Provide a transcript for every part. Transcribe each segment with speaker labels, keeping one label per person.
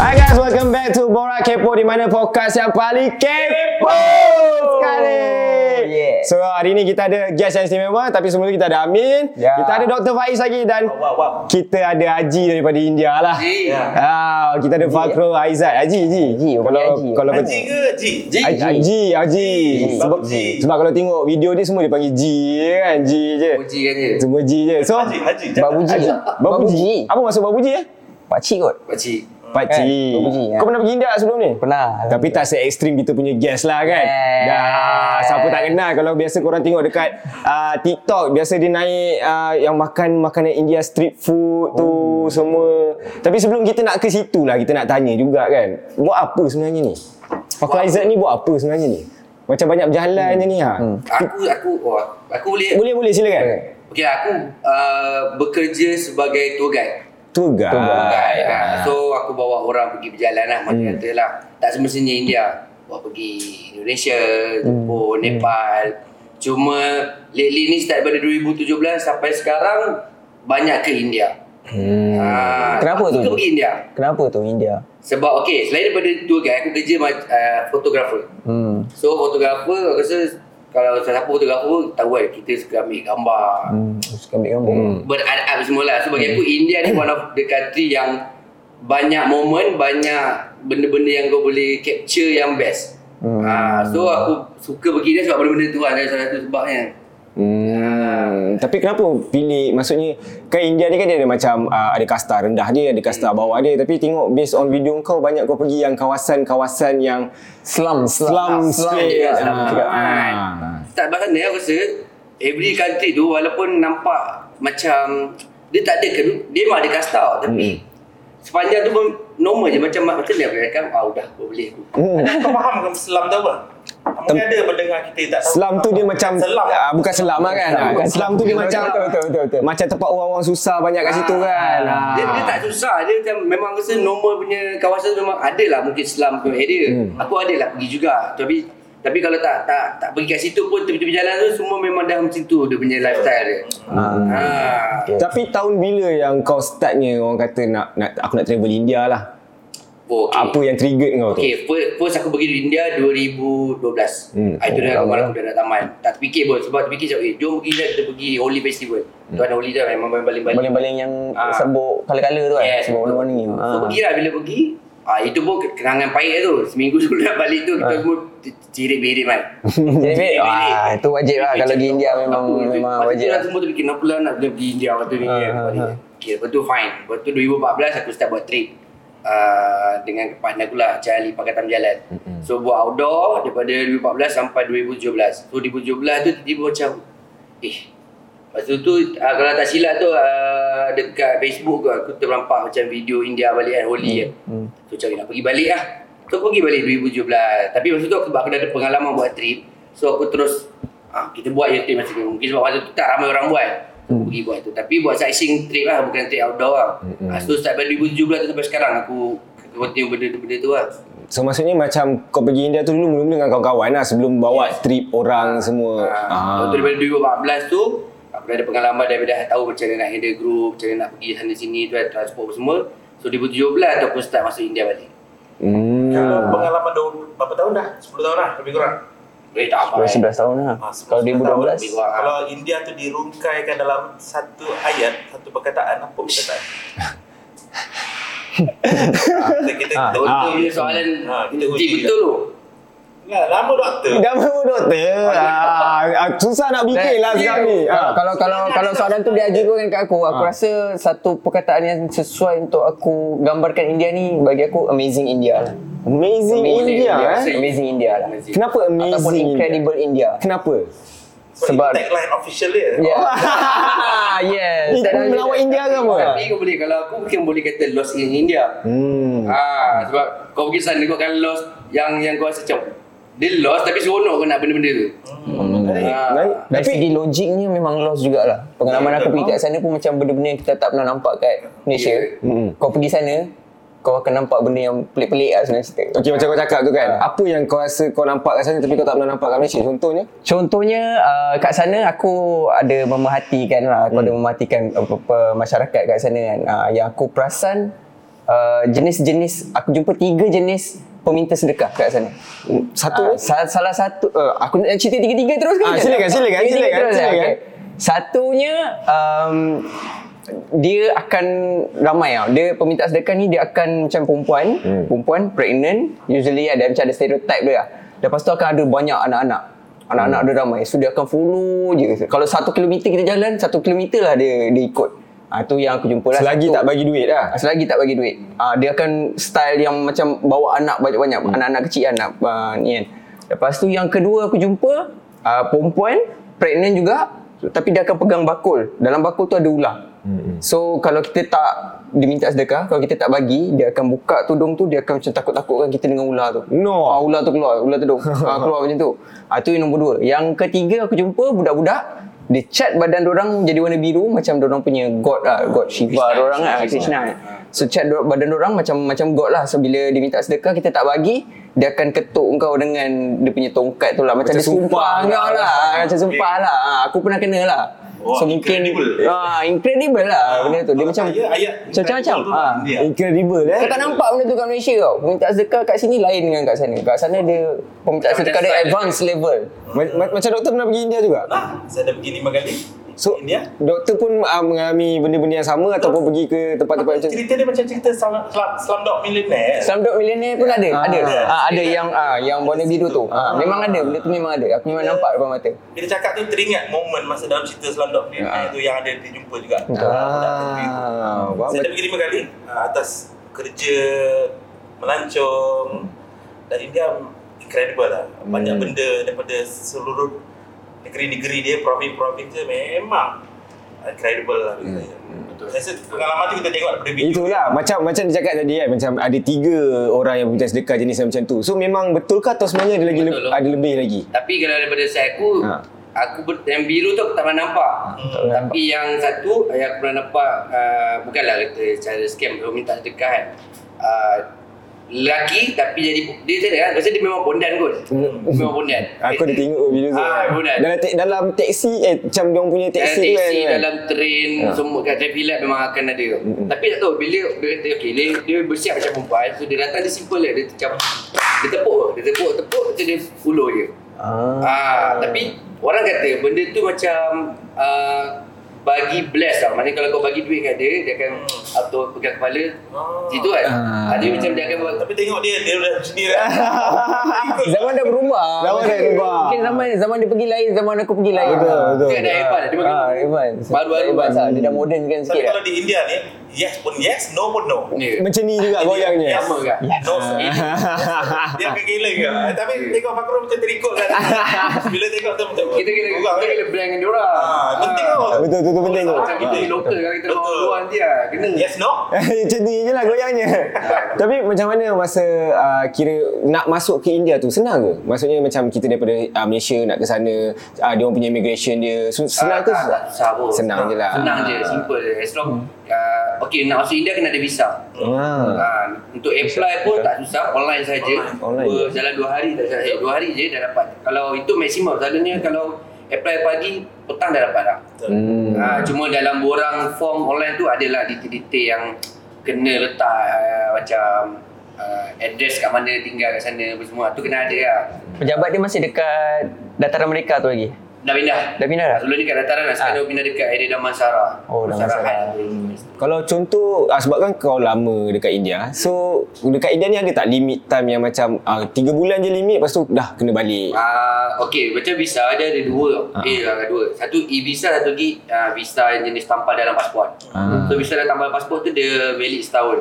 Speaker 1: Hi guys, welcome back to Bora Kepo di mana podcast yang paling kepo sekali.
Speaker 2: Yeah.
Speaker 1: So hari ni kita ada guest yang istimewa tapi sebelum tu kita ada Amin,
Speaker 2: Ya.
Speaker 1: kita ada Dr. Faiz lagi dan
Speaker 3: Wap, wap.
Speaker 1: kita ada Haji daripada India lah.
Speaker 3: Haji.
Speaker 1: Ah, kita ada Fakro Aizat. Haji, Haji.
Speaker 2: Haji, orang
Speaker 1: Kalau
Speaker 2: panggil Haji.
Speaker 1: kalau
Speaker 3: Haji ke Haji? Haji.
Speaker 1: Haji. Haji, Haji. Sebab,
Speaker 3: Haji.
Speaker 1: sebab kalau tengok video dia semua dia panggil Ji je kan, Ji je.
Speaker 4: Uji kan dia
Speaker 1: Semua Ji je. So,
Speaker 3: Haji. Haji.
Speaker 2: Babuji.
Speaker 1: Babuji. Apa maksud Babuji eh?
Speaker 2: Pakcik kot.
Speaker 4: Pakcik
Speaker 1: Pakcik.
Speaker 2: Kan? Babuji,
Speaker 1: Kau
Speaker 2: ya.
Speaker 1: pernah pergi India sebelum ni?
Speaker 2: Pernah.
Speaker 1: Tapi tak se-ekstrim kita punya guest lah kan
Speaker 2: Yes.
Speaker 1: Dah Siapa tak kenal Kalau biasa korang tengok dekat uh, TikTok Biasa dia naik uh, Yang makan makanan India street food tu Semua Tapi sebelum kita nak ke situ lah Kita nak tanya juga kan Buat apa sebenarnya ni? Fakul Aizat ni buat apa sebenarnya ni? Macam banyak berjalan je ni ha hmm.
Speaker 4: Aku Aku oh, Aku boleh
Speaker 1: Boleh boleh silakan
Speaker 2: Boleh.
Speaker 4: Okay aku uh, Bekerja sebagai tour guide
Speaker 1: Tour
Speaker 2: Tour
Speaker 4: Tour
Speaker 1: guide
Speaker 2: guide.
Speaker 4: guide ha. So aku bawa orang pergi berjalan lah Macam
Speaker 2: Hmm.
Speaker 4: kata lah Tak semestinya India Bawa pergi Indonesia
Speaker 2: Hmm.
Speaker 4: Jepun Nepal Cuma Lately ni start daripada 2017 Sampai sekarang Banyak ke India hmm. ha,
Speaker 2: Kenapa
Speaker 4: aku
Speaker 2: tu?
Speaker 4: ke pergi India
Speaker 2: Kenapa tu India?
Speaker 4: Sebab okay Selain daripada tour guide Aku kerja mac- uh, Fotografer
Speaker 2: Hmm.
Speaker 4: So fotografer aku rasa kalau siapa fotografer pun tahu kan kita suka ambil gambar. Hmm.
Speaker 2: Hmm. Suka ambil gambar. Hmm.
Speaker 4: Beradab semua lah. So bagi aku India ni one of the country yang banyak momen, banyak benda-benda yang kau boleh capture yang best. Hmm. Ha, so aku suka pergi dia sebab benda-benda tu lah. Ada salah satu sebabnya.
Speaker 1: Hmm, tapi kenapa pilih maksudnya kan India ni kan dia ada macam uh, ada kasta rendah dia, ada kasta bawah dia tapi tengok based on video kau banyak kau pergi yang kawasan-kawasan yang
Speaker 2: Slum.
Speaker 1: slum
Speaker 2: juga,
Speaker 1: sikit.
Speaker 2: slum
Speaker 1: Ah,
Speaker 2: juga.
Speaker 1: ah.
Speaker 4: Start bahkan ni aku rasa every country tu walaupun nampak macam dia tak ada ke- dia memang ada kasta tau, tapi sepanjang tu pun normal je macam macam dia kata ah udah aku boleh aku.
Speaker 3: Kau faham ke Islam tu apa? Mungkin ada pendengar kita yang tak tahu.
Speaker 1: Selam tu dia macam
Speaker 3: Selam.
Speaker 1: ah, bukan selam lah kan.
Speaker 2: Selam,
Speaker 1: Ah,
Speaker 2: bukan
Speaker 1: selam tu
Speaker 2: selam.
Speaker 1: dia
Speaker 2: Betul,
Speaker 1: macam
Speaker 2: betul, betul, betul, betul.
Speaker 1: macam tempat orang-orang susah banyak kat situ kan. Ah.
Speaker 4: Dia, dia tak susah dia macam memang aku rasa normal punya kawasan tu memang ada lah mungkin Islam punya area. Aku ada lah pergi juga tapi tapi kalau tak tak tak pergi kat situ pun tepi-tepi jalan tu semua memang dah macam tu dia punya lifestyle dia.
Speaker 2: Ah.
Speaker 4: Ha.
Speaker 1: Tapi tahun bila yang kau startnya orang kata nak nak aku nak travel India lah.
Speaker 4: Oh, okay.
Speaker 1: Apa yang trigger kau tu?
Speaker 4: Okay, first, first aku pergi di India 2012.
Speaker 1: Hmm.
Speaker 4: Hmm. Itu
Speaker 2: Oh,
Speaker 4: dah
Speaker 2: lama
Speaker 4: aku
Speaker 2: lah.
Speaker 4: aku dah nak tamat. Tak terfikir pun sebab terfikir macam eh jom pergi India kita pergi Holi Festival. Hmm. Tuan Holi dah memang main balik-balik.
Speaker 2: Baling-baling yang
Speaker 4: Ah.
Speaker 2: sebut kala-kala tu kan?
Speaker 4: Yes.
Speaker 2: Sebut warna-warni.
Speaker 4: So pergi lah bila pergi. Ah itu pun kenangan pahit lah tu. Seminggu sebelum nak balik tu
Speaker 2: Ah.
Speaker 4: kita semua cirit-birit kan.
Speaker 2: Jadi, babe, wah, itu wajib lah. Kalau pergi India memang memang wajib
Speaker 4: lah.
Speaker 2: lah.
Speaker 4: Semua tu fikir kenapa lah nak pergi India waktu ni.
Speaker 2: Ah,
Speaker 4: kan.
Speaker 2: ah, ah.
Speaker 4: Okay, lepas tu fine. Lepas tu 2014 aku start buat trip. Uh, dengan partner aku lah Charlie Pakatan Jalan mm-hmm. so buat outdoor daripada 2014 sampai 2017 so 2017 tu tiba-tiba macam eh lepas tu tu uh, kalau tak silap tu uh, dekat Facebook aku, aku terlampak macam video India balik kan Holi kan
Speaker 2: Hmm.
Speaker 4: So cari nak pergi balik lah So aku pergi balik 2017 Tapi masa tu aku, aku dah ada pengalaman buat trip So aku terus ah, Kita buat je trip masa tu Mungkin sebab masa tu tak ramai orang buat So
Speaker 2: Hmm.
Speaker 4: aku pergi buat tu Tapi buat sightseeing trip lah Bukan trip outdoor lah mm-hmm.
Speaker 2: hmm.
Speaker 4: So start dari 2017 tu sampai sekarang Aku aku continue benda-benda tu lah
Speaker 1: So maksudnya macam kau pergi India tu dulu mula-mula dengan kawan-kawan lah sebelum bawa trip orang semua.
Speaker 4: Ah.
Speaker 1: Ah.
Speaker 4: Lepas tu daripada 2014 tu aku dah ada pengalaman daripada dah tahu macam mana nak handle group, macam mana nak pergi sana sini tu kan, transport apa semua. So 2017 tu aku start masuk India balik.
Speaker 1: Hmm.
Speaker 3: Kalau pengalaman dah berapa tahun dah? 10 tahun dah lebih kurang.
Speaker 4: Eh tak apa. eh.
Speaker 2: 11 tahun lah.
Speaker 3: Ah, 11
Speaker 2: Kalau
Speaker 3: tahun
Speaker 2: 2012,
Speaker 4: Wah.
Speaker 3: Kalau India tu dirungkaikan dalam satu ayat, satu perkataan, apa perkataan? Ah, kita
Speaker 1: Ah,
Speaker 3: kita
Speaker 4: Doktor punya soalan
Speaker 3: Ah, kita
Speaker 4: betul
Speaker 3: uji
Speaker 4: betul tu.
Speaker 3: Lah, lama doktor.
Speaker 1: Dah baru doktor. Ah, ah, susah nak fikir lah sekarang ni.
Speaker 2: Kalau, Ah, kalau kalau kalau soalan tu dia ajukan kat aku, aku rasa satu perkataan yang sesuai untuk aku gambarkan India ni bagi aku amazing India lah.
Speaker 1: Amazing, India eh.
Speaker 4: eh?
Speaker 2: Amazing India lah.
Speaker 4: Amazing.
Speaker 1: Kenapa
Speaker 2: Ataupun
Speaker 1: amazing India?
Speaker 2: incredible India.
Speaker 1: Kenapa?
Speaker 2: Sebab-
Speaker 3: Sebab tagline official dia.
Speaker 1: Ya.
Speaker 2: Yeah. yes.
Speaker 1: Eh,
Speaker 2: Tak ada-
Speaker 1: Melawat India ke apa?
Speaker 4: Tapi kau boleh kalau aku mungkin boleh kata lost in India.
Speaker 1: Hmm.
Speaker 4: Ah sebab kau pergi sana kau akan lost yang yang kau rasa macam dia lost tapi seronok kau nak benda-benda tu.
Speaker 1: Baik.
Speaker 4: Ah.
Speaker 2: Dari
Speaker 1: Tapi-
Speaker 2: segi logiknya memang lost jugalah. Pengalaman aku pergi kat sana pun macam benda-benda yang kita tak pernah nampak kat Malaysia.
Speaker 1: Hmm.
Speaker 2: Kau pergi sana, kau akan nampak benda yang pelik-pelik lah sebenarnya cerita.
Speaker 1: Okey macam kau cakap tu kan. Apa yang kau rasa kau nampak kat sana tapi kau tak pernah nampak kat Malaysia? Contohnya?
Speaker 2: Contohnya uh, kat sana aku ada Mm. memerhatikan lah, aku ada memerhatikan apa-apa masyarakat kat sana kan. Uh, yang aku perasan
Speaker 5: uh, jenis-jenis aku jumpa tiga jenis peminta sedekah kat sana.
Speaker 1: Satu
Speaker 5: Ah, sa- salah satu uh, aku nak cerita tiga-tiga terus ke?
Speaker 1: Ah,
Speaker 5: Jad?
Speaker 1: silakan, silakan,
Speaker 5: Tiga-tiga
Speaker 1: silakan,
Speaker 5: terus, Jad?
Speaker 1: silakan.
Speaker 5: Okay. Satunya um, dia akan ramai tau. Dia peminta sedekah ni dia akan macam perempuan, hmm. perempuan pregnant, usually ada macam ada stereotype dia. lah. Lepas tu akan ada banyak anak-anak. Anak-anak
Speaker 1: Hmm.
Speaker 5: dia ramai. So dia akan follow je. Kalau satu kilometer kita jalan, satu kilometer lah dia, dia ikut. Ah tu yang aku jumpa lah.
Speaker 1: Selagi
Speaker 5: satu.
Speaker 1: tak bagi duit lah.
Speaker 5: Selagi tak bagi duit. Uh, dia akan style yang macam bawa anak banyak-banyak. Hmm. Anak-anak kecil anak uh, ni kan. Lepas tu yang kedua aku jumpa uh, perempuan pregnant juga tapi dia akan pegang bakul. Dalam bakul tu ada ular. Hmm. So kalau kita tak dia minta sedekah, kalau kita tak bagi, dia akan buka tudung tu, dia akan macam takut-takutkan kita dengan ular tu.
Speaker 1: No.
Speaker 5: Ah, ular tu keluar, ular tudung. ah, keluar macam tu. Ah, tu yang nombor dua. Yang ketiga aku jumpa budak-budak dia cat badan orang jadi warna biru macam orang punya god ah god Shiva
Speaker 4: Krishna,
Speaker 5: orang
Speaker 4: Krishna,
Speaker 5: ah
Speaker 4: Krishna.
Speaker 5: Krishna kan. So cat dorang- badan orang macam macam god lah. So bila dia minta sedekah kita tak bagi, dia akan ketuk kau dengan dia punya tongkat tu lah macam,
Speaker 1: Macam
Speaker 5: dia sumpah
Speaker 1: sumpah
Speaker 5: kau lah. Macam sumpah lah. Ah, aku pernah kena lah.
Speaker 3: Oh, incredible.
Speaker 5: ah incredible lah benda tu. Dia macam
Speaker 3: ayat, ayat
Speaker 5: macam-macam. Ah.
Speaker 3: dia.
Speaker 1: Incredible eh.
Speaker 5: Kau tak nampak benda tu kat Malaysia tau. Minta sedekah kat sini lain dengan kat sana. Kat sana dia minta
Speaker 4: Macam
Speaker 5: sedekah dia
Speaker 4: style.
Speaker 5: advance level.
Speaker 1: Ma- ma- macam doktor pernah pergi India juga?
Speaker 3: Ah, saya dah pergi lima kali.
Speaker 1: So,
Speaker 3: India.
Speaker 1: doktor pun uh, mengalami benda-benda yang sama ataupun pergi ke tempat-tempat macam
Speaker 3: Cerita dia macam cerita Slum- Slum- Slumdog Millionaire.
Speaker 5: Slumdog Millionaire pun ada.
Speaker 1: Ah.
Speaker 5: Ada.
Speaker 3: Ada.
Speaker 5: Ah, ada yang ah, yang warna biru tu. Ah, memang ada. Benda tu memang ada. Aku memang nampak depan mata.
Speaker 3: Bila cakap tu teringat momen masa dalam cerita Slumdog Millionaire tu yang ada dijumpa juga. Ah,
Speaker 1: Ah, faham.
Speaker 3: Saya dah pergi lima kali ah, atas kerja melancong dan India incredible lah. Banyak
Speaker 1: Hmm.
Speaker 3: benda daripada seluruh negeri-negeri dia, provinsi-provinsi dia memang incredible lah.
Speaker 1: Hmm.
Speaker 3: Betul. Saya rasa pengalaman tu kita tengok daripada video.
Speaker 1: Itulah macam macam dia cakap tadi kan macam ada tiga orang yang minta sedekah jenis yang macam tu. So memang betul ke atau sebenarnya ada lagi
Speaker 4: Betul. lah.
Speaker 1: ada lebih lagi?
Speaker 4: Tapi kalau daripada saya aku,
Speaker 1: Ha.
Speaker 4: aku ber- yang biru tu aku tak pernah nampak.
Speaker 3: Hmm.
Speaker 4: Tapi yang satu yang aku pernah nampak uh, bukanlah kata cara scam dia minta sedekah kan. Uh, lelaki tapi jadi dia tak ada kan. Pasal dia memang bondan kot. memang bondan.
Speaker 1: Hmm. Aku ada tengok video tu.
Speaker 4: Ah, bondan.
Speaker 1: dalam te- dalam teksi eh macam dia punya
Speaker 4: Dalam
Speaker 1: teksi
Speaker 4: taxi,
Speaker 1: tu kan.
Speaker 4: dalam train,
Speaker 1: Ha. Hmm.
Speaker 4: semua kat traffic light memang akan ada. Tapi tak tahu, bila dia kata, okay, dia, dia bersiap macam perempuan, so dia datang, dia simple lah. Dia macam, dia tepuk, dia tepuk, tepuk, so dia follow je.
Speaker 1: Ah.
Speaker 4: Ah, tapi orang kata benda tu macam uh, bagi bless tau. Maknanya kalau kau bagi duit kat dia, dia akan atau pegang kepala.
Speaker 3: Ah.
Speaker 4: Itu kan.
Speaker 1: Ah.
Speaker 4: Ah. Dia macam dia akan buat
Speaker 3: Tapi tengok dia, dia lah. dah sendiri. Ikut.
Speaker 5: Zaman dah berubah.
Speaker 1: Zaman dah berubah.
Speaker 5: Mungkin zaman zaman dia pergi lain, zaman aku pergi lain.
Speaker 1: Betul,
Speaker 5: Ah.
Speaker 1: betul.
Speaker 4: dia ada Evan, dia makan
Speaker 5: Ah, advance.
Speaker 4: Baru-baru
Speaker 5: Advance lah. Dia dah modern kan
Speaker 3: Tapi
Speaker 5: sikit
Speaker 3: kalau
Speaker 5: lah.
Speaker 3: di India ni, yes pun yes, no pun no.
Speaker 4: ni.
Speaker 1: Macam ni juga goyangnya.
Speaker 3: Yes.
Speaker 4: Sama kan?
Speaker 3: No, dia akan gila ke? Eh, Tapi tengok Fakhrul macam terikut kan. Bila tengok tu macam
Speaker 4: Kita kena
Speaker 3: orang
Speaker 4: kita
Speaker 3: kan?
Speaker 4: kena blend dengan dia orang.
Speaker 3: Ah, penting tau. Ah.
Speaker 1: Betul tu tu penting tu.
Speaker 4: Macam kita ni lokal kalau kita orang luar dia kena.
Speaker 3: Yes, no?
Speaker 1: Macam ni je lah goyangnya Tapi macam mana masa uh, Kira nak masuk ke India tu Senang ke? Maksudnya macam kita daripada uh, Malaysia Nak ke sana uh, Dia orang punya immigration dia so, Senang
Speaker 4: Ah,
Speaker 1: ke?
Speaker 4: tak, tak, sabar.
Speaker 1: Senang je lah. Hmm.
Speaker 4: Senang je, simple je. As long ah, okay nak masuk India kena ada visa.
Speaker 1: Ah.
Speaker 4: Ha, untuk apply pun tak susah online saja.
Speaker 1: Online.
Speaker 4: Dua, jalan dua hari tak susah. Eh, dua hari je dah dapat. Kalau itu maksimum selalunya kalau apply pagi petang dah dapat dah.
Speaker 1: Hmm.
Speaker 4: Ha, cuma dalam borang form online tu adalah detail-detail yang kena letak uh, macam uh, address kat mana tinggal kat sana apa semua tu kena ada lah.
Speaker 5: Pejabat dia masih dekat dataran mereka tu lagi.
Speaker 4: Dah pindah.
Speaker 5: Dah pindah dah? Ah.
Speaker 4: Sebelum ni kat dataran lah. Sekarang ha. pindah dekat area Damansara.
Speaker 5: Oh, Damansara. Hmm.
Speaker 4: Heights.
Speaker 1: Kalau contoh ah, Sebab kan kau lama dekat India So Dekat India ni ada tak limit time yang macam ah, Tiga bulan je limit Lepas tu dah kena balik
Speaker 4: Ah, okey, macam visa dia ada dua.
Speaker 1: Ah.
Speaker 4: Eh, ada dua. Satu e-visa, satu lagi ah, visa yang jenis tampal dalam pasport.
Speaker 1: Ah. Hmm.
Speaker 4: So visa dalam tampal pasport tu dia valid setahun.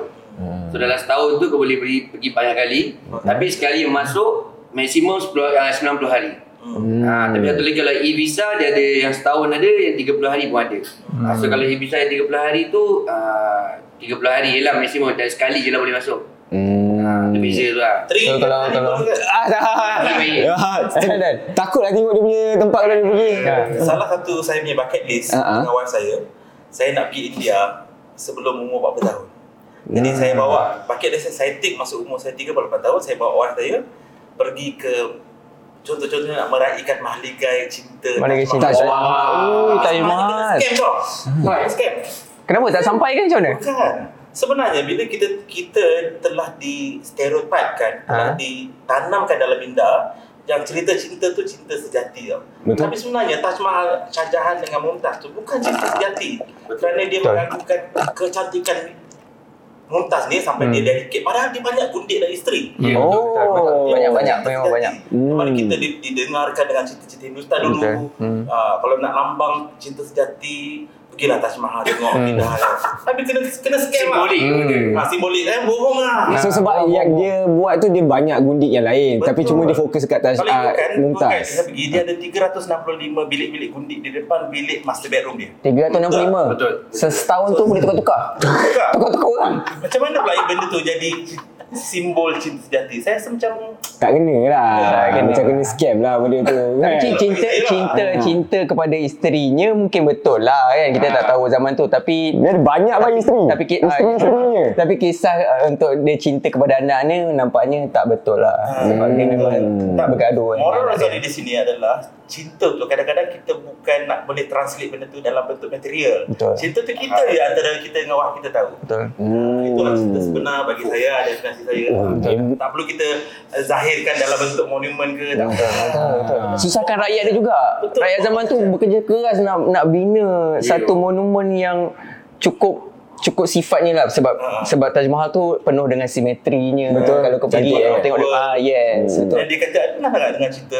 Speaker 4: So dalam setahun tu kau boleh pergi, pergi banyak kali. Tapi sekali masuk maksimum 10 ah, 90 hari.
Speaker 1: Hmm.
Speaker 4: Ah, tapi satu lagi kalau e-visa dia ada yang setahun ada yang 30 hari pun ada. Ah,
Speaker 1: Hmm.
Speaker 4: so kalau e-visa yang 30 hari tu ah, 30 hari je lah maksimum dan sekali je lah boleh masuk. Ah,
Speaker 1: Hmm.
Speaker 4: tu beza tu lah.
Speaker 3: Teringat
Speaker 5: So, kalau-
Speaker 3: hari
Speaker 5: kalau-
Speaker 3: tu kan,
Speaker 1: Ah, dah.
Speaker 4: Baik.
Speaker 1: Ah, Takut lah tengok dia punya tempat kalau dia pergi.
Speaker 5: Ya.
Speaker 3: Ah, Salah satu saya punya bucket list
Speaker 1: Ah, ah.
Speaker 3: dengan wife saya, saya nak pergi India sebelum umur 40 tahun.
Speaker 1: Ya.
Speaker 3: Jadi saya bawa bucket list saya, saya take masuk umur saya 38 tahun, saya bawa wife saya pergi ke contoh-contohnya nak meraikan mahligai cinta.
Speaker 5: Mana ke sini?
Speaker 1: Tak
Speaker 5: Wah. Ui, Taj Mahal.
Speaker 3: Scam tau. Scam.
Speaker 5: Eh. Kenapa tak sampai kan macam mana?
Speaker 3: Bukan. sebenarnya bila kita kita telah di stereotipkan, telah ditanamkan dalam minda yang cerita-cerita tu cinta sejati tau.
Speaker 1: Betul.
Speaker 3: Tapi sebenarnya Taj Mahal Shah Jahan dengan Mumtaz tu bukan cinta sejati. Kerana dia
Speaker 5: Betul.
Speaker 3: mengagungkan kecantikan Mumtaz ni sampai dia dedicate padahal dia banyak gundik dari isteri.
Speaker 5: Ya,
Speaker 1: Oh.
Speaker 5: betul, betul, betul. Banyak-banyak, memang banyak.
Speaker 3: Kemarin
Speaker 1: Hmm.
Speaker 3: kita di- didengarkan dengan cerita-cerita Hindustan dulu.
Speaker 5: Betul. Hmm.
Speaker 3: Ah, kalau nak lambang cinta sejati, pergilah Taj Mahal tengok pindah lah. Tapi kena kena scam lah.
Speaker 4: Simbolik.
Speaker 5: Hmm.
Speaker 3: Ah, simbolik eh, bohong lah.
Speaker 1: So
Speaker 5: Ah,
Speaker 1: sebab yang dia buat tu dia banyak gundik yang lain
Speaker 3: Betul.
Speaker 1: tapi cuma dia fokus kat Taj uh,
Speaker 5: ah,
Speaker 3: Kalau ikutkan,
Speaker 5: kan,
Speaker 3: ikutkan, kita
Speaker 1: Mumtaz.
Speaker 3: pergi, dia ada 365 bilik-bilik gundik di depan bilik master bedroom dia.
Speaker 5: 365.
Speaker 4: Betul.
Speaker 5: Setahun tu boleh tukar-tukar. Tukar-tukar orang.
Speaker 3: Macam mana pula benda tu jadi simbol cinta sejati? Saya rasa macam
Speaker 1: Tak kena lah.
Speaker 5: Ya, Tak kena.
Speaker 1: Macam kena scam lah benda tu. kan?
Speaker 5: Tapi cinta cinta cinta kepada isterinya mungkin betul lah kan kita tak tahu zaman tu tapi
Speaker 1: Dia ada banyak bagi isteri.
Speaker 5: tapi ki- ah,
Speaker 1: isteri-isterinya.
Speaker 5: tapi kisah ah, untuk dia cinta kepada anaknya nampaknya tak betul lah
Speaker 3: Hmm.
Speaker 5: sebab dia memang tak bergaduh kan.
Speaker 3: Moral razali di sini adalah cinta tu kadang-kadang kita bukan nak boleh translate benda tu dalam bentuk material.
Speaker 5: Betul.
Speaker 3: Cinta tu kita je antara kita dengan wah kita tahu.
Speaker 5: betul
Speaker 3: Hmm. Itulah cinta sebenar bagi saya ada definisi saya.
Speaker 5: Oh,
Speaker 1: betul.
Speaker 3: Tak perlu kita eh, zahirkan dalam bentuk monumen ke tak.
Speaker 5: Ya, susahkan rakyat dia juga
Speaker 3: Betul.
Speaker 5: rakyat zaman tu bekerja keras nak nak bina satu monumen yang cukup cukup sifatnya lah sebab
Speaker 3: Ah.
Speaker 5: sebab Taj Mahal tu penuh dengan simetrinya
Speaker 1: Betul.
Speaker 5: kalau kau pergi
Speaker 1: Cantik,
Speaker 5: kau
Speaker 3: eh.
Speaker 5: tengok dia ah yes betul
Speaker 3: Dan dia kata pernah tak dengan cerita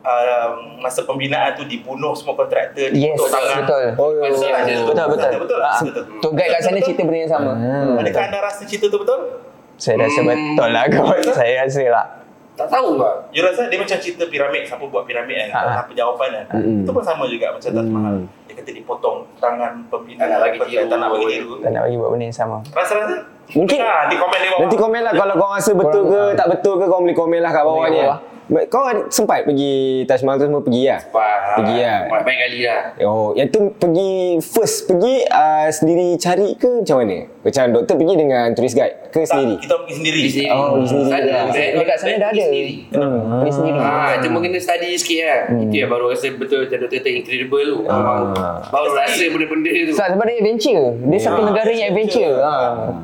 Speaker 3: um, masa pembinaan tu dibunuh semua kontraktor
Speaker 5: Yes,
Speaker 3: dikutuk tangan.
Speaker 5: betul.
Speaker 1: Oh, ya.
Speaker 4: Betul lah dia tu.
Speaker 5: Betul, betul.
Speaker 3: Betul, betul.
Speaker 5: Ah,
Speaker 3: Betul.
Speaker 5: Tour guide kat sana cerita benda yang sama.
Speaker 3: Adakah anda rasa cerita tu betul?
Speaker 5: Ah. Saya rasa
Speaker 4: Hmm.
Speaker 5: betul lah kot. Saya rasa lah.
Speaker 4: Tak tahu lah.
Speaker 3: You rasa dia macam cerita piramid Siapa buat piramid kan
Speaker 5: Ha.
Speaker 3: Apa jawapan kan
Speaker 1: Mm-mm. Mm.
Speaker 3: Itu pun sama juga Macam Taj Mahal Dia kata dipotong Tangan pembina
Speaker 4: Tak nak bagi tiru.
Speaker 3: Tak nak bagi tiru
Speaker 5: Tak nak bagi buat benda yang sama.
Speaker 3: Rasa-rasa
Speaker 1: Mungkin-
Speaker 3: Dengar, Nanti komen dia bawah
Speaker 1: Nanti komen lah kalau korang rasa betul ke tak betul ke korang boleh komen lah kat bawah
Speaker 5: Komen
Speaker 1: ni.
Speaker 5: kat bawah.
Speaker 1: Ba- Kau ada- sempat pergi Taj Mahal tu semua pergi lah?
Speaker 4: Faham.
Speaker 1: Pergi lah.
Speaker 4: Banyak kali dah.
Speaker 1: Oh, yang tu pergi first pergi uh, sendiri cari ke macam mana? Macam doktor pergi dengan tourist guide ke
Speaker 3: Tak,
Speaker 1: sendiri?
Speaker 3: Kita pergi sendiri
Speaker 4: Pergi sendiri.
Speaker 1: Oh, pergi sendiri.
Speaker 4: Sana,
Speaker 1: Ah.
Speaker 4: back-
Speaker 5: Dekat sana dah
Speaker 4: back pergi
Speaker 5: ada.
Speaker 4: sendiri.
Speaker 5: Hmm. Pergi sendiri.
Speaker 4: Ah, cuma kena study sikit lah. Itu yang baru rasa betul macam Dr. Incredible tu. Baru, baru rasa benda-benda tu.
Speaker 5: Sebab sebab dia adventure. Dia satu negara yang adventure. Ha.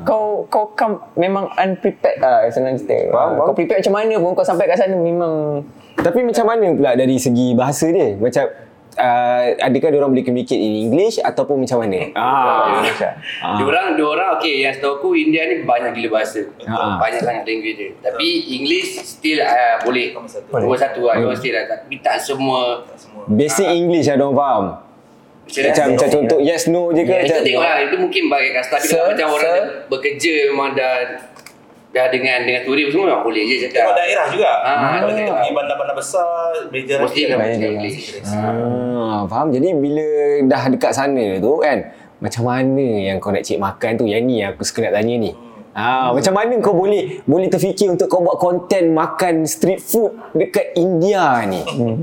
Speaker 5: Kau kau come memang unprepared lah senang
Speaker 2: Ha.
Speaker 5: cerita.
Speaker 1: Faham, faham.
Speaker 5: Kau prepare macam mana pun kau sampai kat sana memang
Speaker 1: Tapi macam mana pula dari segi bahasa dia? Macam uh, adakah orang boleh communicate in English ataupun macam mana? Ah.
Speaker 4: Ah. Diorang, diorang okay yang setahu aku India ni banyak gila bahasa.
Speaker 1: Ah.
Speaker 4: Banyak sangat language dia. Tapi English still uh, boleh.
Speaker 3: Nombor satu.
Speaker 4: Nombor satu lah. Diorang still lah. Tapi tak semua.
Speaker 3: Tak semua
Speaker 1: Basic English lah diorang faham.
Speaker 4: Macam
Speaker 1: Macam
Speaker 4: mana?
Speaker 1: macam contoh yes no je ke
Speaker 4: Ya, itu
Speaker 1: macam
Speaker 4: tengoklah itu mungkin bagi kasta tapi
Speaker 5: Sir,
Speaker 4: kalau macam orang
Speaker 5: sir.
Speaker 4: dah bekerja memang dah dah dengan dengan turis semua memang boleh je
Speaker 3: Tengok
Speaker 4: cakap.
Speaker 3: daerah juga
Speaker 4: Ah,
Speaker 3: Kalau kita
Speaker 4: daerah.
Speaker 3: pergi bandar-bandar besar Meja
Speaker 4: Mesti
Speaker 3: raya, kan.
Speaker 4: akan
Speaker 3: Meja
Speaker 4: cakap
Speaker 3: raya.
Speaker 4: English.
Speaker 1: Ah, faham. Jadi bila dah dekat sana tu kan, macam mana yang kau nak cik makan tu? Yang ni yang aku suka nak tanya ni.
Speaker 5: Hmm.
Speaker 1: Ah, macam mana kau boleh boleh terfikir untuk kau buat konten makan street food dekat India ni?
Speaker 5: Hmm.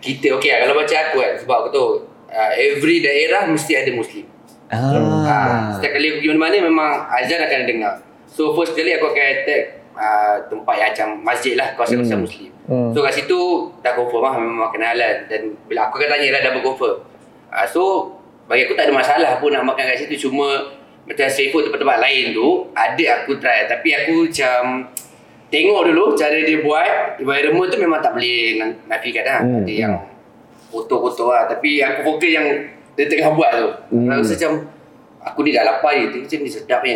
Speaker 4: Kita okey lah kalau macam aku kan sebab aku tahu uh, every daerah mesti ada muslim.
Speaker 1: Ah.
Speaker 5: Hmm,
Speaker 4: Ah. Setiap kali aku pergi mana-mana memang azan akan dengar. So first kali aku akan attack uh, tempat yang macam masjid lah kawasan-kawasan hmm. Muslim. Hmm. So kat situ dah confirm lah memang makan halal dan bila aku akan tanya lah double confirm. Uh, so bagi aku tak ada masalah pun nak makan kat situ cuma macam street food tempat-tempat lain tu ada aku try tapi aku macam tengok dulu cara dia buat environment tu memang tak boleh na- nafikan lah. Hmm. Ada yang kotor-kotor lah tapi aku fokus yang dia tengah buat tu. Hmm. Rasa macam aku ni dah lapar ni, tengok macam ni sedap ni.